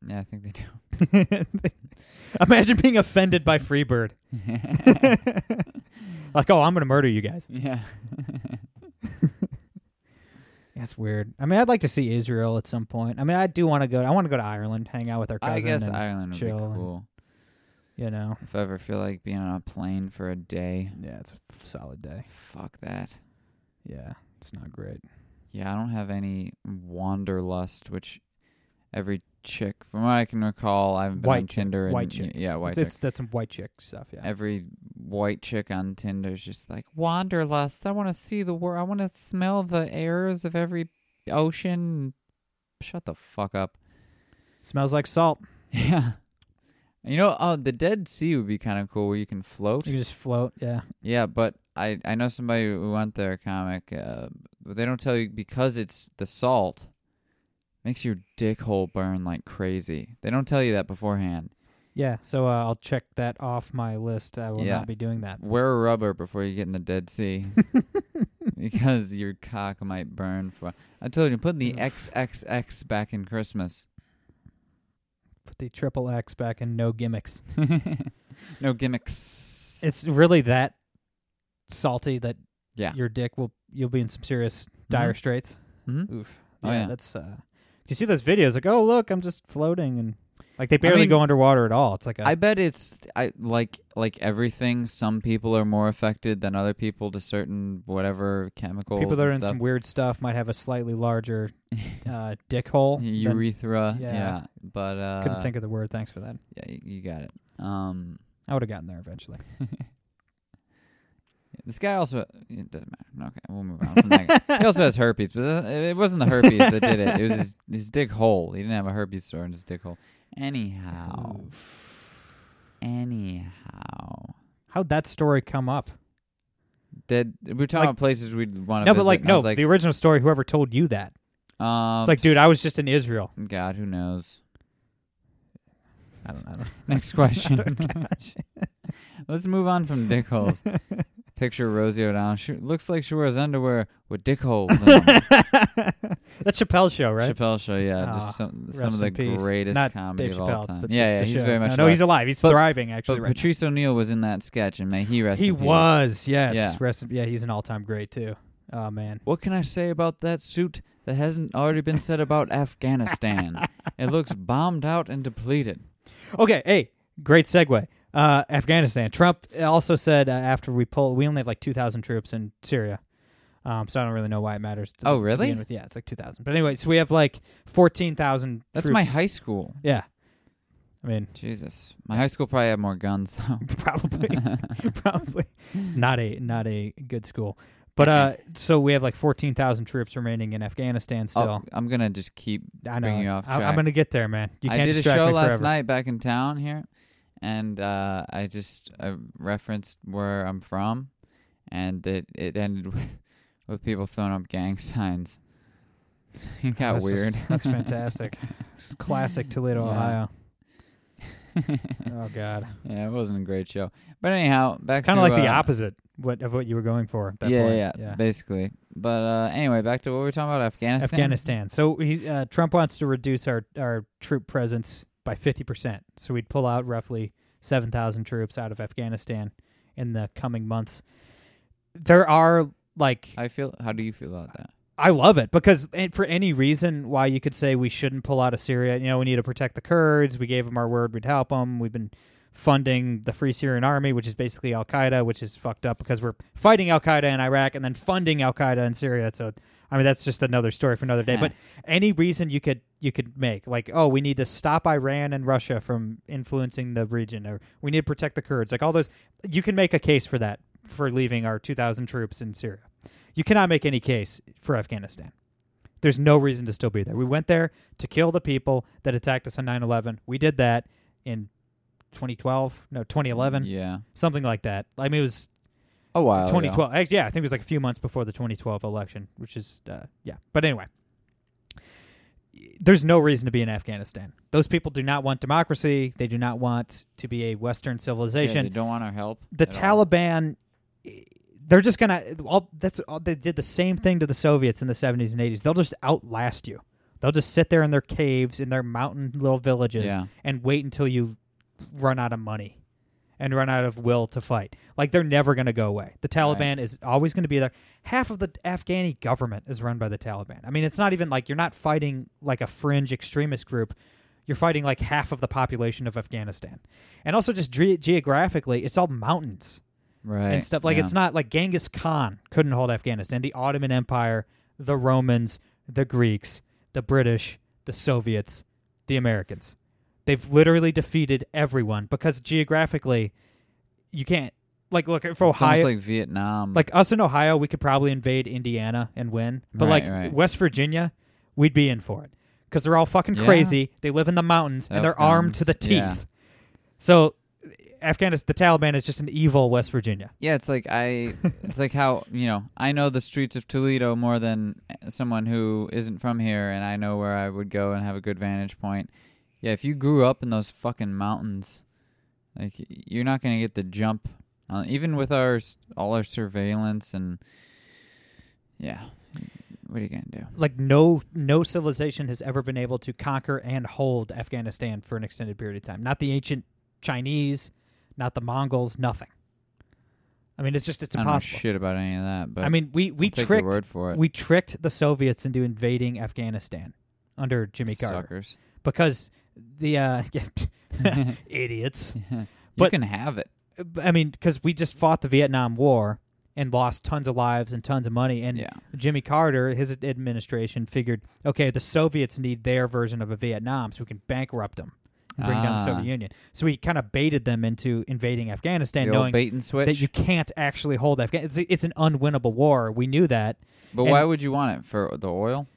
yeah. I think they do.
[laughs]
[laughs]
Imagine being offended by Freebird. [laughs] like, oh, I'm gonna murder you guys.
yeah.
That's weird. I mean, I'd like to see Israel at some point. I mean, I do want to go. I want to go to Ireland, hang out with our cousin.
I guess
and,
Ireland would be
chill and-
cool.
you know.
If I ever feel like being on a plane for a day,
Yeah, it's a solid day.
fuck that.
Yeah, it's not great.
Yeah, I don't have any wanderlust, which every chick, from what I can recall, I haven't been
White
on
chick,
Tinder. And,
white chick.
Yeah, white
It's,
chick.
it's- that's some white chick stuff. Yeah.
Every white chick on Tinder is just like wanderlust. I want to see the world. I want to smell the airs of every ocean. Shut the fuck up. [laughs]
Smells like salt.
Yeah. You know, oh, the Dead Sea would be kind of cool where you can float.
You can just float. Yeah.
Yeah, but I I know somebody who went there, comic. Uh, but they don't tell you because it's the salt makes your dick hole burn like crazy. They don't tell you that beforehand.
Yeah. So uh, I'll check that off my list. I will
Yeah.
not be doing that.
Wear rubber before you get in the
[laughs]
Dead Sea because your cock might burn. For I told you, put the
Oof.
XXX back in Christmas.
Put the triple X back in. No
[laughs]
gimmicks.
no gimmicks.
It's really that salty that
Yeah. Mm-hmm.
your dick will you'll be in some serious dire straits.
Mhm.
Oof.
Oh, yeah.
That's uh, you see those videos? Like, oh look, I'm just floating, and like they barely
mean-
go underwater at all. It's like a
I bet it's I like like everything. Some people are more affected than other people to certain whatever chemicals.
people that are
and
in
stuff.
some weird stuff might have a slightly
[laughs]
larger uh, dick hole. than-
urethra.
yeah.
Yeah. but uh,
couldn't think of the word. Thanks for that.
Yeah, you, you got it. Um,
I would have gotten there eventually.
this guy also it doesn't matter. Okay, we'll move on. From that guy. He also has herpes, but that- it wasn't the herpes that did it. It was his, his dick hole. He didn't have a herpes sore in his dick hole. Anyhow, anyhow,
How'd that story come up?
did we were talking
Like-
about places we'd want to
No,
visit?
but like
and I
no,
was like,
the original story. Whoever told you that?
um,
It's like, dude, I was just in
[laughs]
Israel.
God, who knows?
I don't. I [laughs] don't.
Next question. [laughs] Let's move on from dick
[laughs]
holes. Picture Rosie O'Donnell. She looks like she wears underwear with dick holes.
[laughs]
In them.
That's Chappelle's show, right?
Chappelle Show, yeah,
Ah,
just some some
Rest
of the
in peace.
greatest
Not
comedy
Dave
of all
Chappelle,
time.
but the-
Yeah, yeah,
the
he's
show.
very much.
No, no,
alive.
he's alive. He's
But-
thriving actually.
But
right now.
Patrice O'Neill was in that sketch, and may he rest.
He
in peace.
was, yes.
Yeah.
Rest in- yeah, he's an all-time great too. Oh man.
What can I say about that suit that hasn't already been
[laughs]
said about Afghanistan? It looks bombed out and depleted.
Okay, hey, great segue. Uh, Afghanistan. Trump also said uh, after we pull, we only have like two thousand troops in Syria, um, so I don't really know why it matters. To,
Oh,
to
really?
begin with. Yeah, it's like two thousand. But anyway, so we have like fourteen thousand.
That's my high school.
Yeah, I mean, [laughs]
Jesus, my high school probably had more guns though. [laughs]
probably, probably It's not a not a good school. But uh, so we have like fourteen thousand troops remaining in Afghanistan still.
Oh, I'm gonna just keep
I know.
bringing you off
I,
track.
am gonna get there, man. You can't
I did a
distract
show
me
last
forever.
night back in town here, and uh, I just I referenced where I'm from, and it it ended [laughs] with with people throwing up gang [laughs] signs. It got
That's
weird. [laughs]
just- [laughs] that's fantastic. It's classic Toledo,
Yeah. [laughs]
Ohio. Oh God,
yeah, it wasn't a great show, but anyhow, back
kind
to,
of like the
uh,
opposite what of what you were going for. At that
yeah,
point.
yeah, basically. But uh, anyway, back to what we were talking about Afghanistan.
Afghanistan. So he, uh, Trump wants to reduce our our troop presence by fifty percent. So we'd pull out roughly seven thousand troops out of Afghanistan in the coming months. There are like
I feel. How do you feel about that?
I love it because and for any reason why you could say we shouldn't pull out of Syria, you know, we need to protect the Kurds. We gave them our word we'd help them. We've been funding the Free Syrian Army, which is basically Al Qaeda, which is fucked up because we're fighting Al Qaeda in Iraq and then funding Al Qaeda in Syria. So, I mean, that's just another story for another day.
Yeah.
But any reason you could you could make like, oh, we need to stop Iran and Russia from influencing the region, or we need to protect the Kurds, like all those, you can make a case for that for leaving our two thousand troops in Syria. You cannot make any case for Afghanistan. There's no reason to still be there. We went there to kill the people that attacked us on 9 11. We did that in 2012, no, 2011,
Yeah, Oh,
something like that. I mean, it was
a while. ago.
2012. Act- Yeah, I think it was like a few months before the 2012 election, which is, uh, yeah. But anyway, there's no reason to be in Afghanistan. Those people do not want democracy, they do not want to be a Western
Yeah,
civilization
they don't want our help.
the
at all.
Taliban they're just gonna all that's all they did the same thing to the Soviets in the seventies and eighties. They'll just outlast you. They'll just sit there in their caves in their mountain little villages
Yeah.
and wait until you run out of money and run out of will to fight. Like they're never gonna go away. The Taliban is always gonna be there. Half of the Afghani government is run by the Taliban. I mean it's not even like you're not fighting like a fringe extremist group you're fighting like half of the population of Afghanistan. And also just ge- geographically, it's all mountains
right
and stuff. Like
yeah.
it's not like Genghis Khan couldn't hold Afghanistan. The Ottoman Empire, the Romans, the Greeks, the British, the Soviets, the Americans. They've literally defeated everyone because geographically you can't like look for
It's almost
Ohio
like Vietnam.
like us in Ohio, we could probably invade Indiana and win. But
Right,
like
right.
West Virginia, we'd be in for it because they're all fucking
Yeah.
crazy. They live in the mountains and they're
Elf gnomes,
armed to the teeth.
yeah.
So Afghanistan, the Taliban is just an evil West Virginia.
Yeah, it's like I, it's like how you know I know the streets of Toledo more than eh, someone who isn't from here, and I know where I would go and have a good vantage point. Yeah, if you grew up in those fucking mountains, like y- you're not gonna get the jump, uh, even with our s- all our surveillance and yeah, what are you gonna do?
Like no no civilization has ever been able to conquer and hold Afghanistan for an extended period of time. Not the ancient Chinese, not the Mongols, nothing. I mean, it's just it's
I don't know
impossible.
shit about any of that, but
I mean, we we
I'll take your
tricked
word for it.
we tricked the Soviets into invading Afghanistan. under Jimmy Carter
Suckers. [laughs]
because the uh, [laughs] idiots.
you
But-
can have it.
I mean, because we just fought the Vietnam War and lost tons of lives and tons of money. And
Yeah.
Jimmy Carter, his administration, figured, okay, the Soviets need their version of a Vietnam so we can bankrupt them and bring down the
Ah.
Soviet Union. So he kind of baited them into invading Afghanistan,
The old
knowing
bait and switch.
that you can't actually hold Afghanistan. It's, it's an unwinnable war. We knew that.
but
and-
why would you want it for the oil?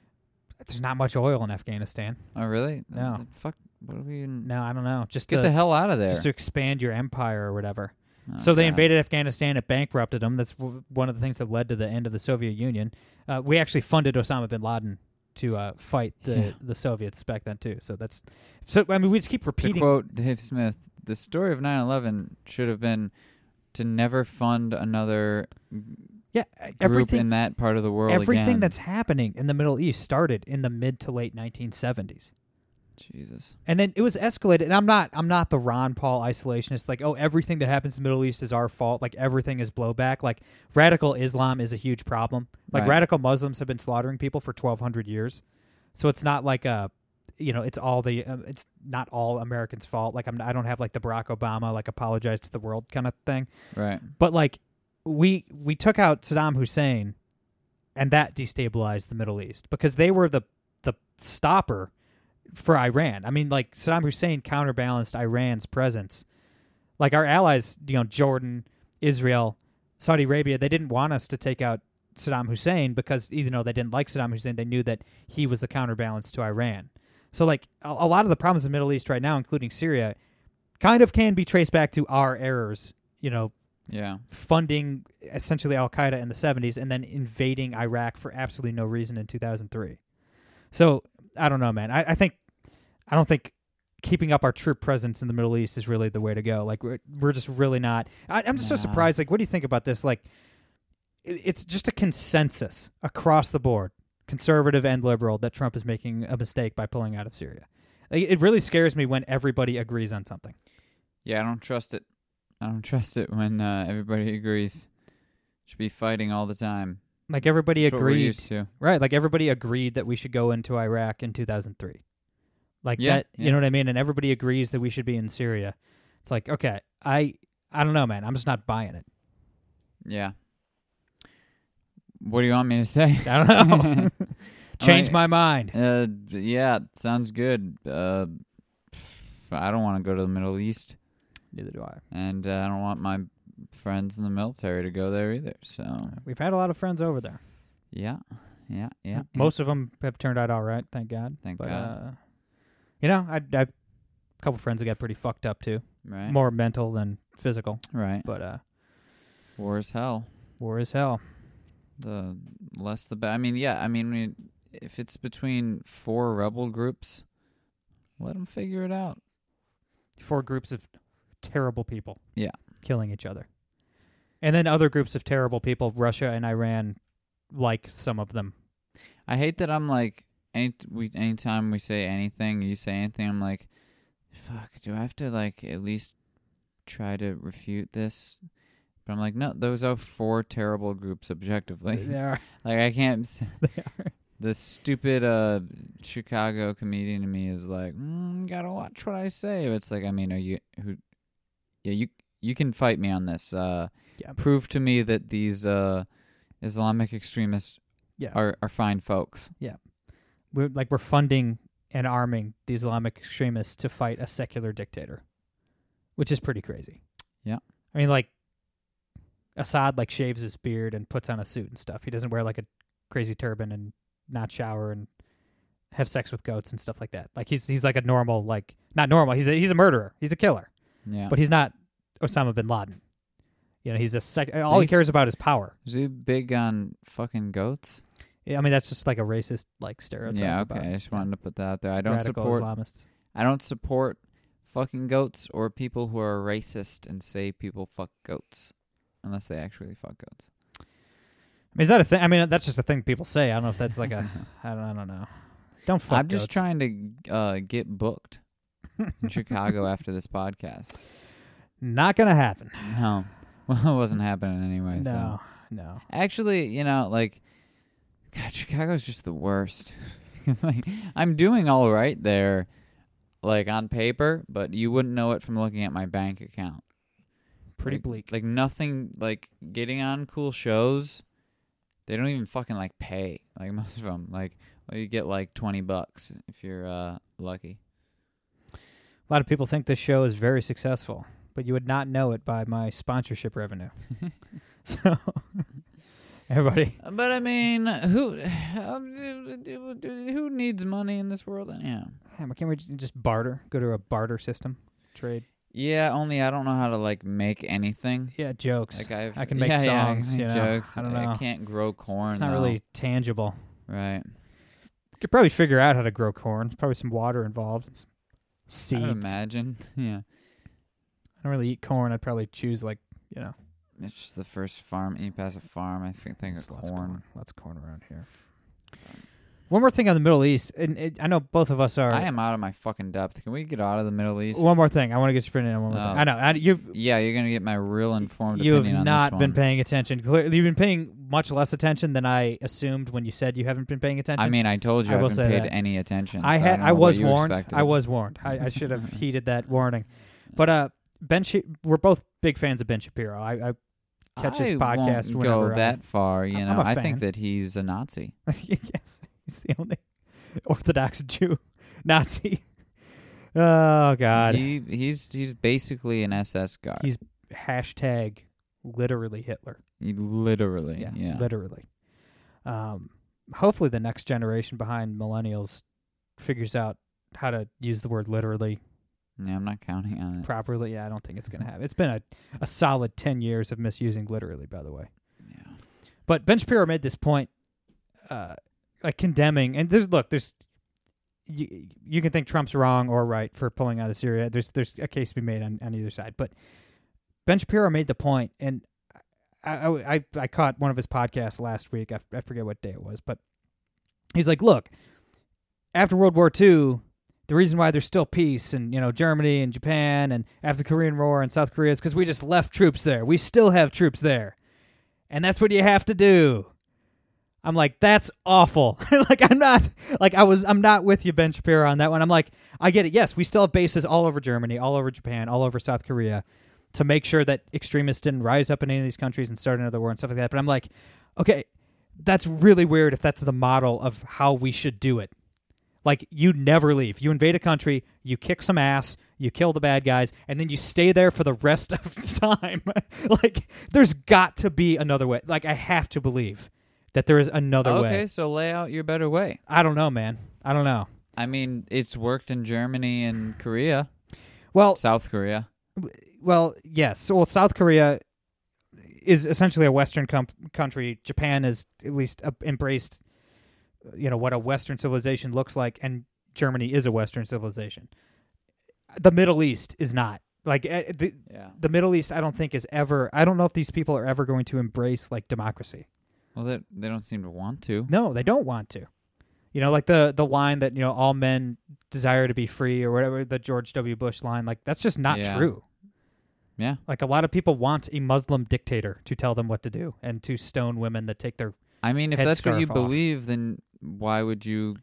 There's not much oil in Afghanistan.
Oh, really? Then-
No.
then fuck. What are we? Even,
No, I don't know. Just
Get
to,
the hell out of there.
just to expand your empire or whatever.
Oh,
So they
God.
invaded Afghanistan. It bankrupted them. That's w- one of the things that led to the end of the Soviet Union. Uh, we actually funded Osama bin Laden to uh, fight the,
Yeah.
the Soviets back then too. So that's so. I mean, we just keep
To
repeating.
quote Dave Smith, the story of 9/11 should have been to never fund another
yeah,
group in
everything
that part of the world.
everything
again.
that's happening in the Middle East started in the mid to late 1970s.
Jesus.
And then it was escalated. And I'm not I'm not the Ron Paul isolationist, like, oh, everything that happens in the Middle East is our fault. Like everything is blowback. Like radical Islam is a huge problem. Like
Right.
radical Muslims have been slaughtering people for twelve hundred years. So it's not like a you know, it's all the um, it's not all Americans' fault. Like I'm I don't have like the Barack Obama like apologize to the world kind of thing.
Right.
But like we we took out Saddam Hussein and that destabilized the Middle East because they were the the stopper for Iran. I mean like Saddam Hussein counterbalanced Iran's presence. Like our allies, you know, Jordan, Israel, Saudi Arabia, they didn't want us to take out Saddam Hussein because even though they didn't like Saddam Hussein, they knew that he was the counterbalance to Iran. So like a, a lot of the problems in the Middle East right now, including Syria, kind of can be traced back to our errors, you know,
Yeah.
funding essentially Al Qaeda in the 70s and then invading Iraq for absolutely no reason in 2003. So I don't know, man. I, I think I don't think keeping up our troop presence in the Middle East is really the way to go. Like we're, we're just really not. I, I'm just
Nah.
so surprised. Like, what do you think about this? Like, it, it's just a consensus across the board, conservative and liberal, that Trump is making a mistake by pulling out of Syria. Like, It really scares me when everybody agrees on something.
Yeah, I don't trust it. I don't [laughs] trust it when uh, everybody agrees. Should be fighting all the time.
Like everybody
That's what we're
agreed
used to.
Right, like everybody agreed that we should go into Iraq in 2003. Like
Yeah,
that,
yeah.
you know what I mean? And everybody agrees that we should be in Syria. It's like, okay, I I don't know, man. I'm just not buying it.
Yeah. What do you want me to say? [laughs]
I don't know. [laughs] Change
Alright.
my mind.
Uh, yeah, sounds good. Uh, I don't want to go to the Middle East,
Neither do I.
and uh, I don't want my friends in the military to go there either. So,
We've had a lot of friends over there.
yeah, yeah, yeah. yeah.
Most of them have turned out all right, thank God.
Thank
but,
God.
Uh, you know, I I a couple friends that got pretty fucked up too.
right,
More mental than physical,
right.
but uh
War is hell.
war is hell.
The less the better. I mean, yeah. I mean, we, if it's between four rebel groups, let them figure it out.
four groups of terrible people.
Yeah.
Killing each other. And then other groups of terrible people, Russia and Iran like some of them.
I hate that I'm like any we anytime we say anything, you say anything, I'm like, fuck. Do I have to like at least try to refute this? But I'm like, no, those are four terrible groups objectively.
[laughs] There.
Like I can't.
[laughs]
s- The stupid uh, Chicago comedian in me is like, mm, gotta watch what I say. It's like, I mean, are you who? Yeah, you you can fight me on this. Uh,
Yeah.
prove to me that these uh, Islamic extremists
Yeah.
are are fine folks.
We're like we're funding and arming the Islamic extremists to fight a secular dictator. Which is pretty crazy.
Yeah.
I mean like Assad like shaves his beard and puts on a suit and stuff. He doesn't wear like a crazy turban and not shower and have sex with goats and stuff like that. Like he's he's like a normal like not normal. He's a he's a murderer. He's a killer.
Yeah.
but he's not Osama bin Laden. You know, he's a sec- all he
They've-
cares about is power.
Is he big on fucking goats?
I mean, that's just like a racist like stereotype.
yeah, okay.
about
I just wanted to put that out there. I don't
radical
support
Islamists.
I don't support fucking goats or people who are racist and say people fuck goats. Unless they actually fuck goats.
I mean, is that a thing? I mean, that's just a thing people say. I don't know if that's like [laughs] a. I don't. I don't know. Don't fuck.
I'm just
goats.
trying to uh, get booked
[laughs]
in Chicago after this podcast.
Not gonna happen.
No. [laughs] Well, it wasn't happening anyway.
No,
So.
no.
Actually, you know, like, God, Chicago's just the worst. [laughs] It's like I'm doing all right there, like on paper, but you wouldn't know it from looking at my bank account.
Pretty
Like-
bleak.
Like nothing. Like getting on cool shows, they don't even fucking like pay. Like [laughs] most of them, like well, you get like twenty bucks if you're uh lucky.
A lot of people think this show is very successful, but you would not know it by my sponsorship [laughs] revenue. so, [laughs] everybody,
But I mean, who who needs money in this world anyhow?
Damn, can't we j- just barter? Go to a barter system, trade.
Yeah, only I don't know how to like make anything.
Yeah, jokes.
Like I've,
I can make
yeah, yeah, I can
songs,
make
you know,
jokes.
I don't know.
can't grow corn.
it's not
though.
really tangible.
right.
You could probably figure out how to grow corn. There's probably some water involved. and some
I would
Seeds. I
imagine. [laughs] Yeah,
don't really eat corn. I'd probably choose like you know,
it's just the first farm. You pass a farm, I think think of
there's lots
corn.
Lots of corn around here. One more thing on the Middle East, and it, I know both of us are.
I am out of my fucking depth. Can we get out of the Middle East?
One more thing. I want to get your opinion on one more
Oh.
thing. I know I, you've
yeah, you're gonna get my real informed
you
opinion
have
on
not
this
been
one.
paying attention. Clearly, you've been paying much less attention than I assumed when you said you haven't been paying attention.
I mean, I told you
I
I,
will
haven't
say
paid
that.
any attention.
I
so
had
don't know
I
what
was
you
warned.
expected.
I was warned. I, I should
[laughs]
have heeded that warning. But uh, Ben, Sh- we're both big fans of Ben Shapiro. I, [laughs] I catch his
I
podcast
Won't
whenever
go that far, you
I'm
know.
a
I
fan.
think that he's a Nazi.
I, yes, he's the only [laughs] Orthodox Jew [laughs] Nazi. [laughs] Oh God.
He he's he's basically an SS guard.
He's- Hashtag literally Hitler.
He literally, yeah.
literally. Um, hopefully, the next generation behind millennials figures out how to use the word literally
yeah, I'm not counting on it.
properly. Yeah, I don't think it's going to happen. It's been a, a solid 10 years of misusing literally, by the way.
Yeah.
But Ben Shapiro made this point, uh, like condemning, and there's, look, there's, you, you can think Trump's wrong or right for pulling out of Syria. There's there's a case to be made on, on either side. But Ben Shapiro made the point, and I, I, I, I caught one of his podcasts last week. I, I forget what day it was, but he's like, look, after World War II, the reason why there's still peace in you know Germany and Japan and after the Korean War and South Korea is because we just left troops there. We still have troops there, and that's what you have to do. I'm like, that's awful. [laughs] like I'm not like I was I'm not with you, Ben Shapiro, on that one. I'm like, I get it. Yes, we still have bases all over Germany, all over Japan, all over South Korea to make sure that extremists didn't rise up in any of these countries and start another war and stuff like that. But I'm like, okay, that's really weird if that's the model of how we should do it. Like you never leave. You invade a country, you kick some ass, you kill the bad guys, and then you stay there for the rest [laughs] of the time. like there's got to be another way. Like I have to believe that there is another
Oh, Okay,
way.
so lay out your better way.
I don't know, man. I don't know.
I mean, it's worked in Germany and Korea,
Well,
South Korea.
well, yes. Well, South Korea is essentially a Western com- country. Japan is at least uh, embraced, you know, what a Western civilization looks like, and Germany is a Western civilization. The Middle East is not like uh, the
Yeah.
the Middle East. I don't think is ever. I don't know if these people are ever going to embrace like democracy.
Well, they they don't seem to want to.
No, they don't want to. You know, like the the line that you know all men desire to be free or whatever the George W. Bush line. Like that's just not
Yeah.
true.
Yeah.
Like a lot of people want a Muslim dictator to tell them what to do and to stone women that
[laughs]
take their.
I mean, if that's what you
Headscarf off.
believe, then why would you?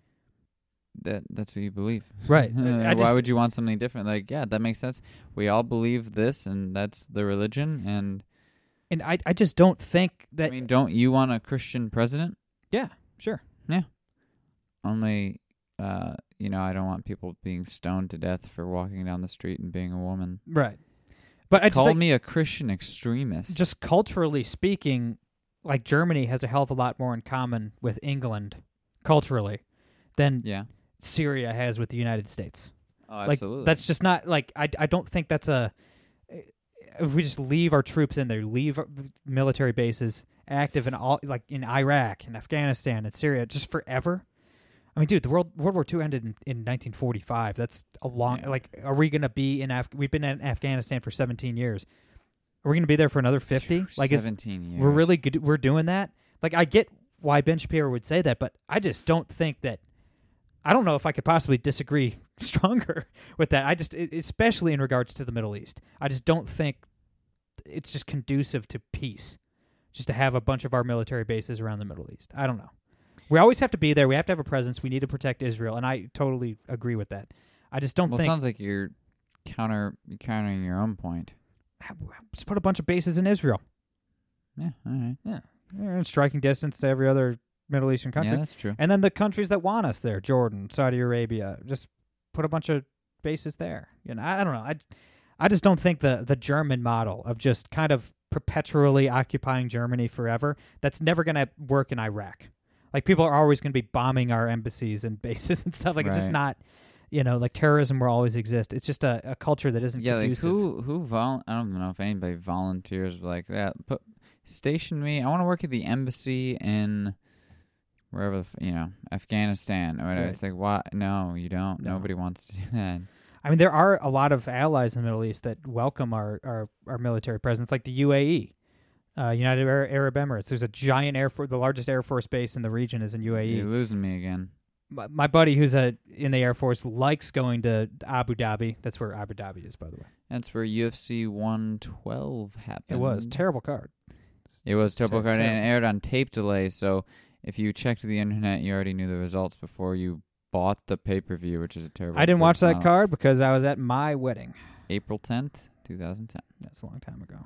That that's what you believe.
Right.
Uh, [laughs] why would you want something different? Like, yeah, that makes sense. We all believe this, and that's the religion. And
and I I just don't think that.
I mean, don't you want a Christian president?
yeah, sure.
Only, uh, you know, I don't want people being stoned to death for walking down the street and being a woman.
Right. But I just
Call
think,
me a Christian extremist.
just culturally speaking, like Germany has a hell of a lot more in common with England culturally than
yeah.
Syria has with the United States.
Oh,
like
absolutely.
that's just not like I, I don't think that's a if we just leave our troops in there leave our military bases active in all like in iraq and afghanistan and syria just forever i mean dude the world world war ii ended in, in 1945 that's a long
Yeah.
like are we gonna be in Af- we've been in afghanistan for 17 years are we gonna be there for another 50 like is
seventeen years.
we're really good we're doing that like i get why ben shapiro would say that but i just don't think that i don't know if i could possibly disagree [laughs] stronger with that i just e- especially in regards to the middle east i just don't think it's just conducive to peace just to have a bunch of our military bases around the middle east i don't know We always have to be there. We have to have a presence. We need to protect Israel, and I totally agree with that. I just don't
Well, it
think
sounds like you're counter you're countering your own point.
just put a bunch of bases in Israel.
Yeah, all right.
They're in striking distance to every other Middle Eastern country.
Yeah, that's true.
And then the countries that want us there, Jordan, Saudi Arabia, just put a bunch of bases there. You know, I, I don't know. I, I just don't think the the German model of just kind of perpetually occupying Germany forever that's never going to work in Iraq. Like people are always going to be bombing our embassies and bases and stuff. Like it's just
Right.
not, you know, like terrorism will always exist. It's just a, a culture that isn't
Yeah, like
conducive.
who who vol? I don't know if anybody volunteers but like that. Put station me. I want to work at the embassy in wherever the f- you know Afghanistan or whatever.
Right.
It's like why? No, you don't.
No.
Nobody wants to do [laughs] that.
I mean, there are a lot of allies in the Middle East that welcome our our, our military presence, like the UAE, uh, United Ar- Arab Emirates. There's a giant air force. The largest air force base in the region is in
You're
UAE.
losing me again.
My, my buddy, who's a in the air force, likes going to Abu Dhabi. That's where Abu Dhabi is, by the way.
That's where UFC 112 happened.
It was terrible card.
It was
Ter-
Turbo Card and
terrible.
it aired on tape delay. So if you checked the internet, you already knew the results before you bought the pay per view, which is a terrible.
I didn't watch
business
that
model.
card because I was at my wedding.
April 10th, 2010.
That's a long time ago.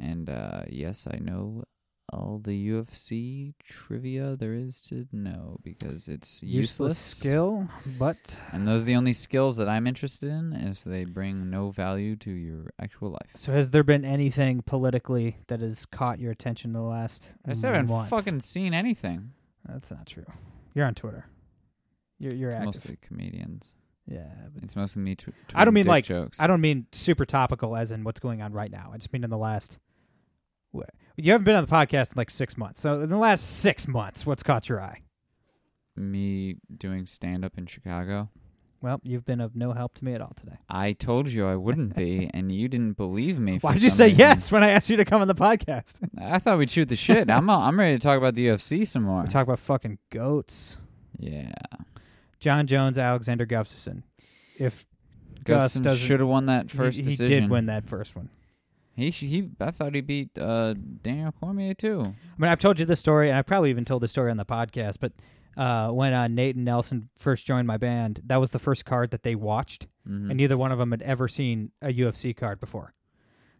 And uh, yes, I know all the UFC trivia there is to know because it's useless,
skill, but
And those are the only skills that I'm interested in, if they bring no value to your actual life.
so has there been anything politically that has caught your attention in the last?
I just haven't
month?
fucking seen anything.
That's not true. You're on Twitter. You're you're
It's
active.
mostly comedians.
yeah, but
It's mostly me. Tw-
I don't
tweeting
mean
dick
like-
jokes.
I don't mean super topical as in what's going on right now. I just mean in the last. wh- You haven't been on the podcast in like six months. So in the last six months, what's caught your eye?
me doing stand up in Chicago.
Well, you've been of no help to me at all today.
I told you I
[laughs]
wouldn't be, and you didn't believe me. for
Why'd you
some
say
reason.
yes when I asked you to come on the podcast?
I thought we'd shoot the
[laughs]
shit. I'm I'm ready to talk about the UFC some more.
We talk about fucking goats.
yeah,
John Jones, Alexander Gustafson. If Gus
Gustin
doesn't-
should have won that
he-
first
he,
decision.
did win that first one.
He sh- he. I thought he beat uh, Daniel Cormier too.
I mean, I've told you this story, and I've probably even told this story on the podcast. But uh, when uh, Nate and Nelson first joined my band, that was the first card that they watched,
Mhm.
and neither one of them had ever seen a UFC card before.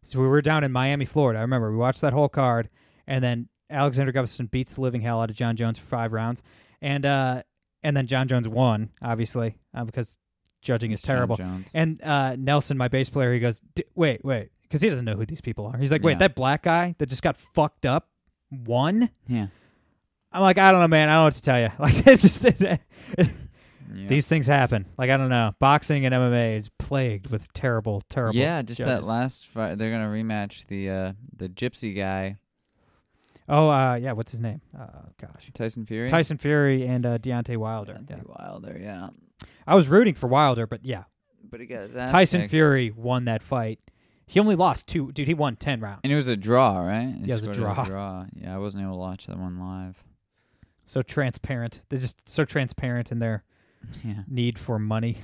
So we were down in Miami, Florida. I remember we watched that whole card, and then Alexander Gustafson beats the living hell out of John Jones for five rounds, and uh, and then John Jones won, obviously, uh, because judging is
John
terrible.
Jones.
And uh, Nelson, my bass player, he goes, D- "Wait, wait," because he doesn't know who these people are. He's like, "Wait,
Yeah.
that black guy that just got fucked up won."
Yeah.
I'm like, "I don't know, man. I don't know what to tell you. [laughs] Like, it's just
yeah.
these things happen. Like, I don't know. Boxing and MMA is plagued with terrible, terrible.
Yeah, just that
judges.
last fight. They're gonna rematch the uh, the Gypsy guy,
Oh, uh, yeah. What's his name? Uh, gosh,
Tyson Fury.
Tyson Fury and uh, Deontay Wilder.
Deontay
Yeah.
Wilder. Yeah,
I was rooting for Wilder, but yeah,
but he got his ass
Tyson
kicked.
Fury won that fight. He only lost two. Dude, he won ten rounds.
And it was a draw, right? He
Yeah, it was a
scored
draw.
Yeah, I wasn't able to watch that
[laughs]
one live.
so transparent. They're just so transparent in their
Yeah.
need for money.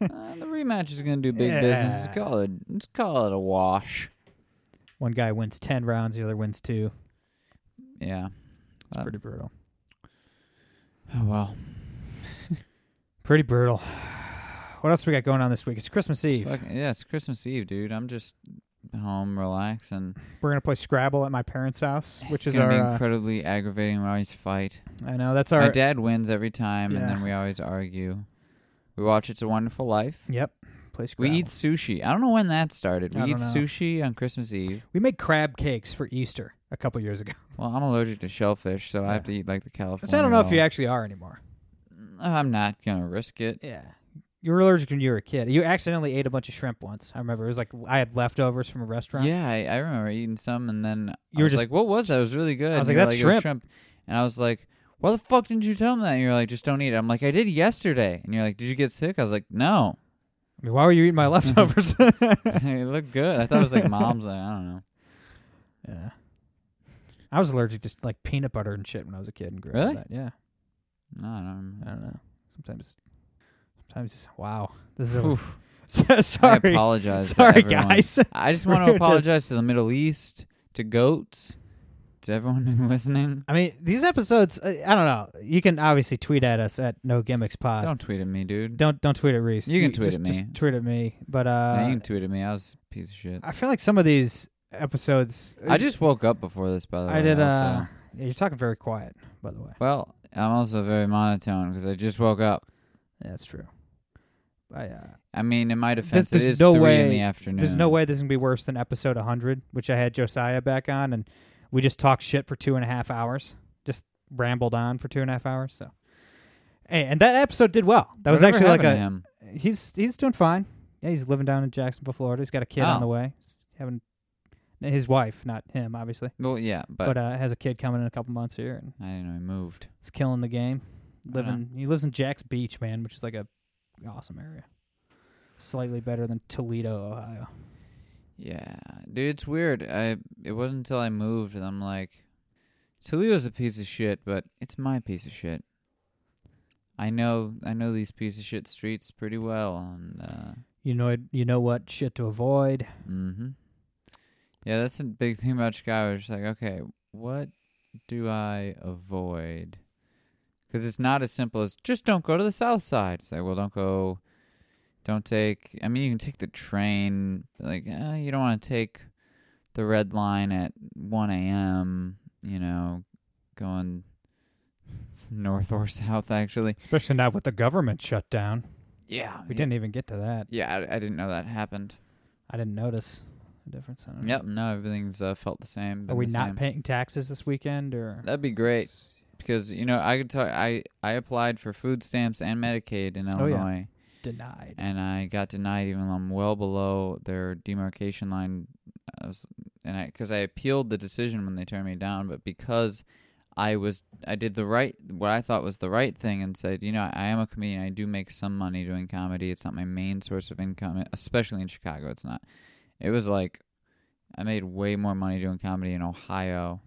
Uh, the rematch is going to do big business. Let's
Yeah.
call it, let's call it a wash.
One guy wins ten rounds, the other wins two.
Yeah.
It's
Uh,
pretty brutal.
Oh, well.
Pretty brutal. [sighs] What else we got going on this week? It's Christmas Eve.
It's fucking- yeah, it's Christmas Eve, dude. I'm just home relaxing.
We're gonna play Scrabble at my parents' house, which
it's
is
gonna
our.
be
uh,
incredibly aggravating. We always fight.
I know that's
My
our.
dad wins every time,
Yeah.
and then we always argue. We watch It's a Wonderful Life.
Yep. Play Scrabble.
We eat sushi. I don't know when that started. We
I
eat
don't know.
sushi on Christmas Eve.
We made crab cakes for Easter a couple years ago. [laughs]
Well, I'm allergic to shellfish, so I
Yeah.
have to eat like the California.
Which I don't know if
roll. Uh,
you actually are anymore.
I'm not gonna risk it.
Yeah. You were allergic when you were a kid. You accidentally ate a bunch of shrimp once. I remember it was like I had leftovers from a restaurant.
Yeah, I, I remember eating some, and then
You
you I
were
was
just-
like, "What was that? It was really good."
I was
And
like,
you were
"That's
"It was shrimp," and I was like, "Why the fuck didn't you tell me that?" And you're like, "Just don't eat it." I'm like, "I did yesterday," and you're like, "Did you get sick?" I was like, "No, [laughs]
I mean, why were you eating my leftovers? [laughs] yeah.
it looked good." I thought it was like mom's. Like, I don't know.
I was allergic to like peanut butter and shit when I was a kid and grew up.
Really?
with that. Yeah.
No, I don't.
I
Know.
don't know. Sometimes, sometimes. Wow, this is a,
Oof.
[laughs] so,
I
sorry.
apologize. to
Sorry,
everyone.
guys. [laughs]
I just want
We're
to
just-
apologize to the Middle East, to goats, It's everyone [laughs] been listening?
I mean, these episodes. uh, I don't know. You can obviously tweet at us at No Gimmicks Pod.
Don't tweet at me, dude.
don't don't tweet at Reese.
You can tweet
just-
at me.
Just tweet at me. But uh,
Nah, you can tweet at me. I was a piece of shit.
I feel like some of these episodes.
I just woke up before this, by the way.
I did. Uh,
also.
yeah, you're talking very quiet, by the way.
Well, I'm also very monotone because I just woke up.
Yeah, that's true. I, uh,
I mean, in my defense,
there's
it is
no
three
way-
in the afternoon.
There's no way this can be worse than episode 100, which I had Josiah back on, and we just talked shit for two and a half hours. Just rambled on for two and a half hours. So, hey, and that episode did well. That was
Whatever
actually like
happened
a
to him?
he's he's doing fine. Yeah, he's living down in Jacksonville, Florida. He's got a kid on
Oh.
the way. He's having his wife, not him, obviously,
Well, yeah, but,
but, uh, has a kid coming in a couple months here, and
I didn't know he moved.
he's killing the game.
I don't know.
Living, he lives in Jacks Beach, man, which is like a awesome area. Slightly better than Toledo, Ohio.
Yeah, dude, it's weird. I it wasn't until I moved and I'm like, Toledo's a piece of shit, but it's my piece of shit. I know, I know these piece of shit streets pretty well, and uh,
You know, you know what shit to avoid.
mm-hmm. yeah, that's a big thing about Chicago. It's just like, okay, what do I avoid? Because it's not as simple as just don't go to the south side. It's like, well, don't go, don't take. I mean, you can take the train. but, Like, uh, you don't want to take the red line at 1 a.m. You know, going [laughs] north or south. Actually,
Especially not with the government shut down.
yeah,
We didn't even get to that.
Yeah, I, I didn't know that happened.
I didn't notice the difference. I don't know.
Yep, no, everything's uh, felt the same.
Are
been
we
the
not
same.
paying taxes this weekend, or
That'd be great because you know I could tell I I applied for food stamps and Medicaid in
Oh, yeah.
Illinois,
denied?
and I got denied even though I'm well below their demarcation line. I was, and I because I appealed the decision when they turned me down, but because I was I did the right what I thought was the right thing and said you know I am a comedian I do make some money doing comedy it's not my main source of income especially in Chicago it's not it was like I made way more money doing comedy in Ohio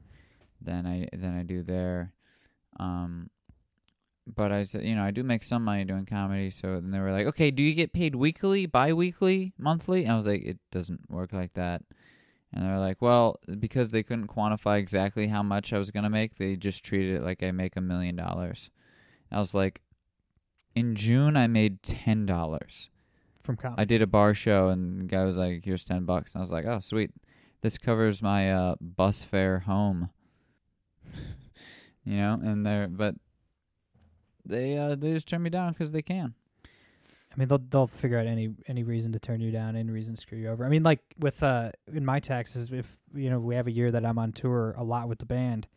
than I than I do there. Um, but I said, you know, I do make some money doing comedy. So then they were like, okay, do you get paid weekly, bi-weekly, monthly? And I was like, it doesn't work like that. And they were like, well, because they couldn't quantify exactly how much I was gonna make, they just treated it like I make a million dollars. I was like, in June I made ten dollars.
From
I
comedy,
did a bar show and the guy was like, "Here's ten bucks," and I was like, "Oh, sweet, this covers my uh, bus fare home." [laughs] you know, and they're but they uh, they just turn me down because they can.
I mean, they'll they'll figure out any any reason to turn you down, any reason to screw you over. I mean, like with uh in my taxes, if you know we have a year that I'm on tour a lot with the band,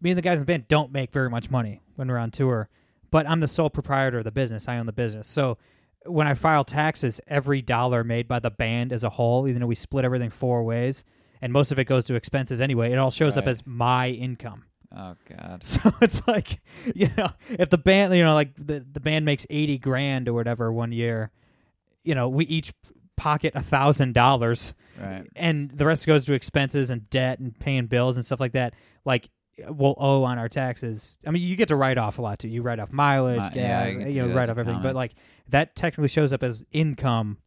me and the guys in the band don't make very much money when we're on tour, but I'm the sole proprietor of the business. I own the business, so when I file taxes, every dollar made by the band as a whole, even though we split everything four ways, and most of it goes to expenses anyway, it all shows up
Right.
as my income.
Oh
[laughs]
God,
So it's like, you know, if the band, you know, like the, the band makes 80 grand or whatever one year, you know, we each pocket a thousand dollars
right?
and the rest goes to expenses and debt and paying bills and stuff like that. Like we'll owe on our taxes. I mean, you get to write off a lot too. You write off mileage,
Uh, yeah, I
gas,
get to
you
do
know,
that as
write
a
off everything.
comment.
But like that technically shows up as income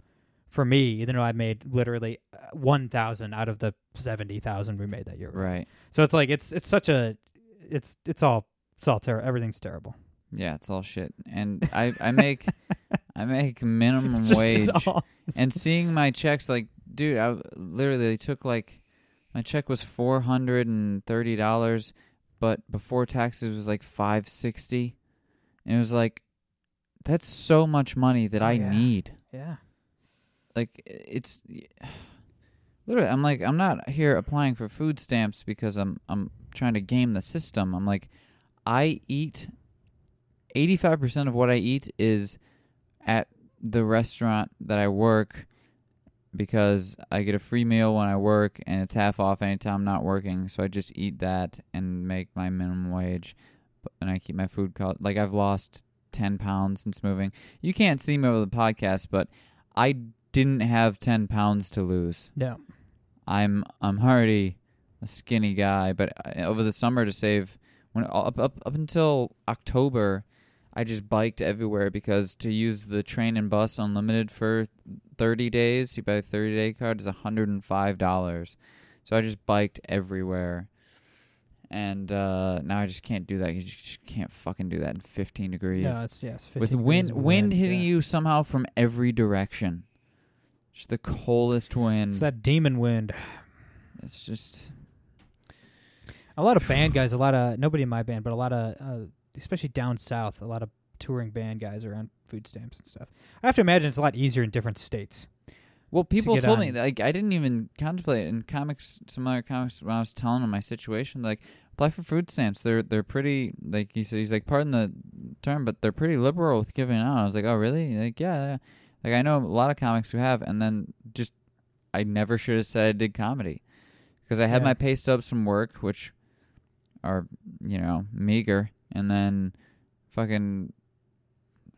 for me, even though I made literally uh, 1,000 out of the 70,000 we made that year.
Right?
So it's like it's it's such a it's it's all it's all terrible. Everything's terrible. [laughs]
Yeah, it's all shit. And I I make I make minimum
It's just-
wage.
it's all-
and seeing my checks like dude i literally took like my check was $430 but before taxes was like 560 and it was like that's so much money that
Oh,
i
yeah.
need
yeah.
like it's literally i'm like i'm not here applying for food stamps because i'm i'm trying to game the system i'm like i eat 85% of what i eat is at the restaurant that i work because i get a free meal when i work and it's half off anytime i'm not working so i just eat that and make my minimum wage But- and i keep my food cost like i've lost 10 pounds since moving you can't see me over the podcast but I didn't have ten pounds to lose.
No.
I'm I'm already a skinny guy, but I, over the summer to save when up up up until October, I just biked everywhere because to use the train and bus unlimited for thirty days, you buy a thirty day card is hundred and five dollars. So I just biked everywhere. and uh, now I just can't do that. You just- just can't fucking do that in 15 degrees
No, it's yes.
with wind wind hitting you somehow from every direction. Just the coldest wind.
It's that demon wind.
it's just
A lot of band guys, a lot of nobody in my band, but a lot of uh, especially down south, a lot of touring band guys are on food stamps and stuff. I have to imagine it's a lot easier in different states.
well. People
get
told me
on.
that, like I didn't even contemplate it. in comics. Some other comics when I was telling them my situation, like apply for food stamps. They're they're pretty like he said. He's like pardon the term, but they're pretty liberal with giving it out. I was like, oh really? Like yeah, yeah. Like I know a lot of comics who have, and then just I never should have said I did comedy because I had
Yeah.
my pay stubs from work, which are you know meager, and then fucking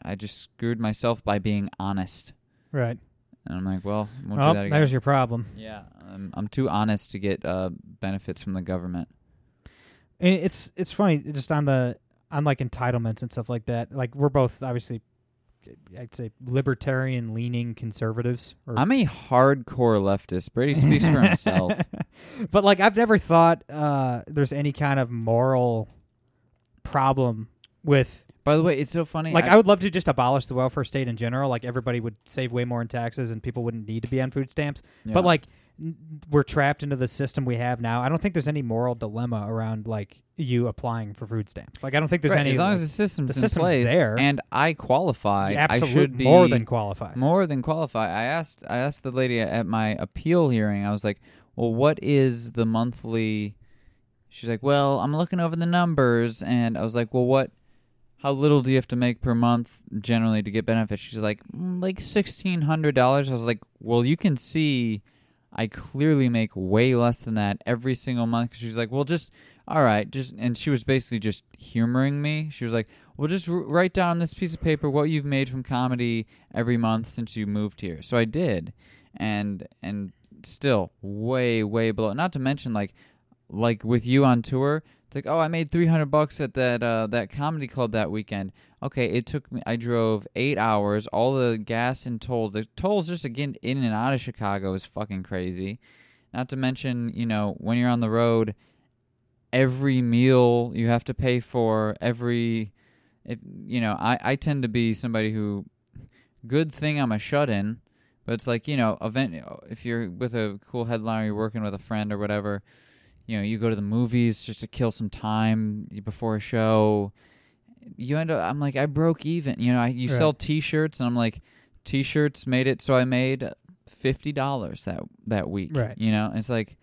I just screwed myself by being honest.
Right.
And I'm like, well, I won't
Well,
do that again.
there's your problem.
yeah, I'm, I'm too honest to get uh, benefits from the government.
And it's it's funny just on the on like entitlements and stuff like that. Like we're both obviously, I'd say libertarian leaning conservatives. Or
I'm a hardcore leftist. Brady speaks
[laughs]
for himself.
but like I've never thought uh, there's any kind of moral problem with
By the way, it's so funny.
like I would love to just abolish the welfare state in general. Like everybody would save way more in taxes and people wouldn't need to be on food stamps.
Yeah.
But like n- we're trapped into the system we have now. I don't think there's any moral dilemma around like you applying for food stamps. Like I don't think there's
Right,
any
as long as the
like,
system's,
the system's
in place
there.
and I qualify, I
absolute
should be
more than qualify.
more than qualify. I asked I asked the lady at my appeal hearing. I was like, "Well, what is the monthly?" She's like, "Well, I'm looking over the numbers," and I was like, "Well, what? How little do you have to make per month generally to get benefits?" She's like, "Mm, "Like sixteen hundred dollars." I was like, "Well, you can see." I clearly make way less than that every single month. 'Cause She's like, well, just all right, just and she was basically just humoring me. She was like, well, just r- write down on this piece of paper what you've made from comedy every month since you moved here. So I did, and and still way way below. Not to mention like like with you on tour. It's like, oh, I made three hundred bucks at that uh, that comedy club that weekend. Okay, it took me. I drove eight hours. All the gas and tolls. The tolls just again in and out of Chicago is fucking crazy. Not to mention, you know, when you're on the road, every meal you have to pay for. Every, if, you know, I I tend to be somebody who, good thing I'm a shut in, but it's like you know, event if you're with a cool headliner, you're working with a friend or whatever you know, you go to the movies just to kill some time before a show. You end up, I'm like, I broke even. You know, I, you
Right.
sell T-shirts, and I'm like, T-shirts made it, so I made fifty dollars that that week.
Right.
You know, it's like, [sighs]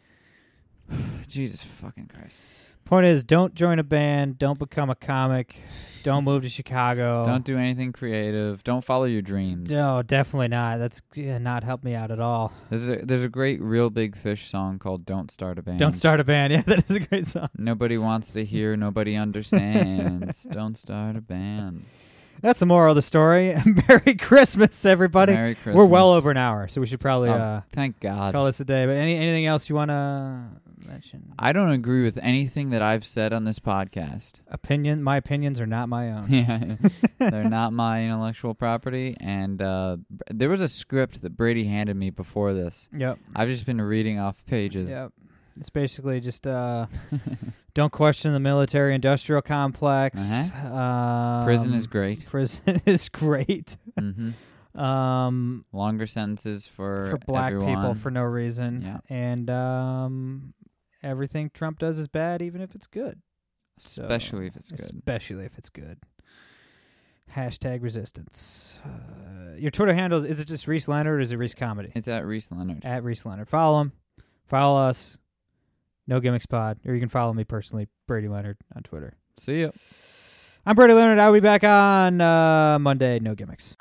Jesus fucking Christ.
Point is, don't join a band. Don't become a comic. Don't move to Chicago.
Don't do anything creative. Don't follow your dreams.
No, definitely not. That's yeah, not helped me out at all.
There's a, there's a great Real Big Fish song called "Don't Start a Band."
Don't start a band. [laughs] Yeah, that is a great song.
Nobody wants to hear. Nobody understands. [laughs] Don't start a band.
That's the moral of the story. [laughs] Merry Christmas, everybody.
Merry Christmas.
We're well over an hour, so we should probably
Oh,
uh,
thank God.
call this a day. But any anything else you want to mention?
I don't agree with anything that I've said on this podcast.
Opinion. My opinions are not my own.
[laughs] Yeah, they're not my intellectual property. And uh, b- there was a script that Brady handed me before this.
yep.
I've just been reading off pages.
Yep. It's basically just uh, [laughs] don't question the military-industrial complex.
Uh-huh.
Um,
Prison is great.
Prison [laughs] is great.
hmm
Um,
Longer sentences for
for black people
everyone.
for no reason.
Yeah.
And um, everything Trump does is bad, even if it's good. So-
especially if it's good.
Especially if it's good. Hashtag resistance. Uh, your Twitter handle is- is it just Reese Leonard or is it Reese Comedy?
It's at Reese Leonard.
At Reese Leonard. Follow him. Follow us. No gimmicks pod. Or you can follow me personally, Brady Leonard on Twitter.
See ya.
I'm Brady Leonard. I'll be back on uh, Monday. No gimmicks.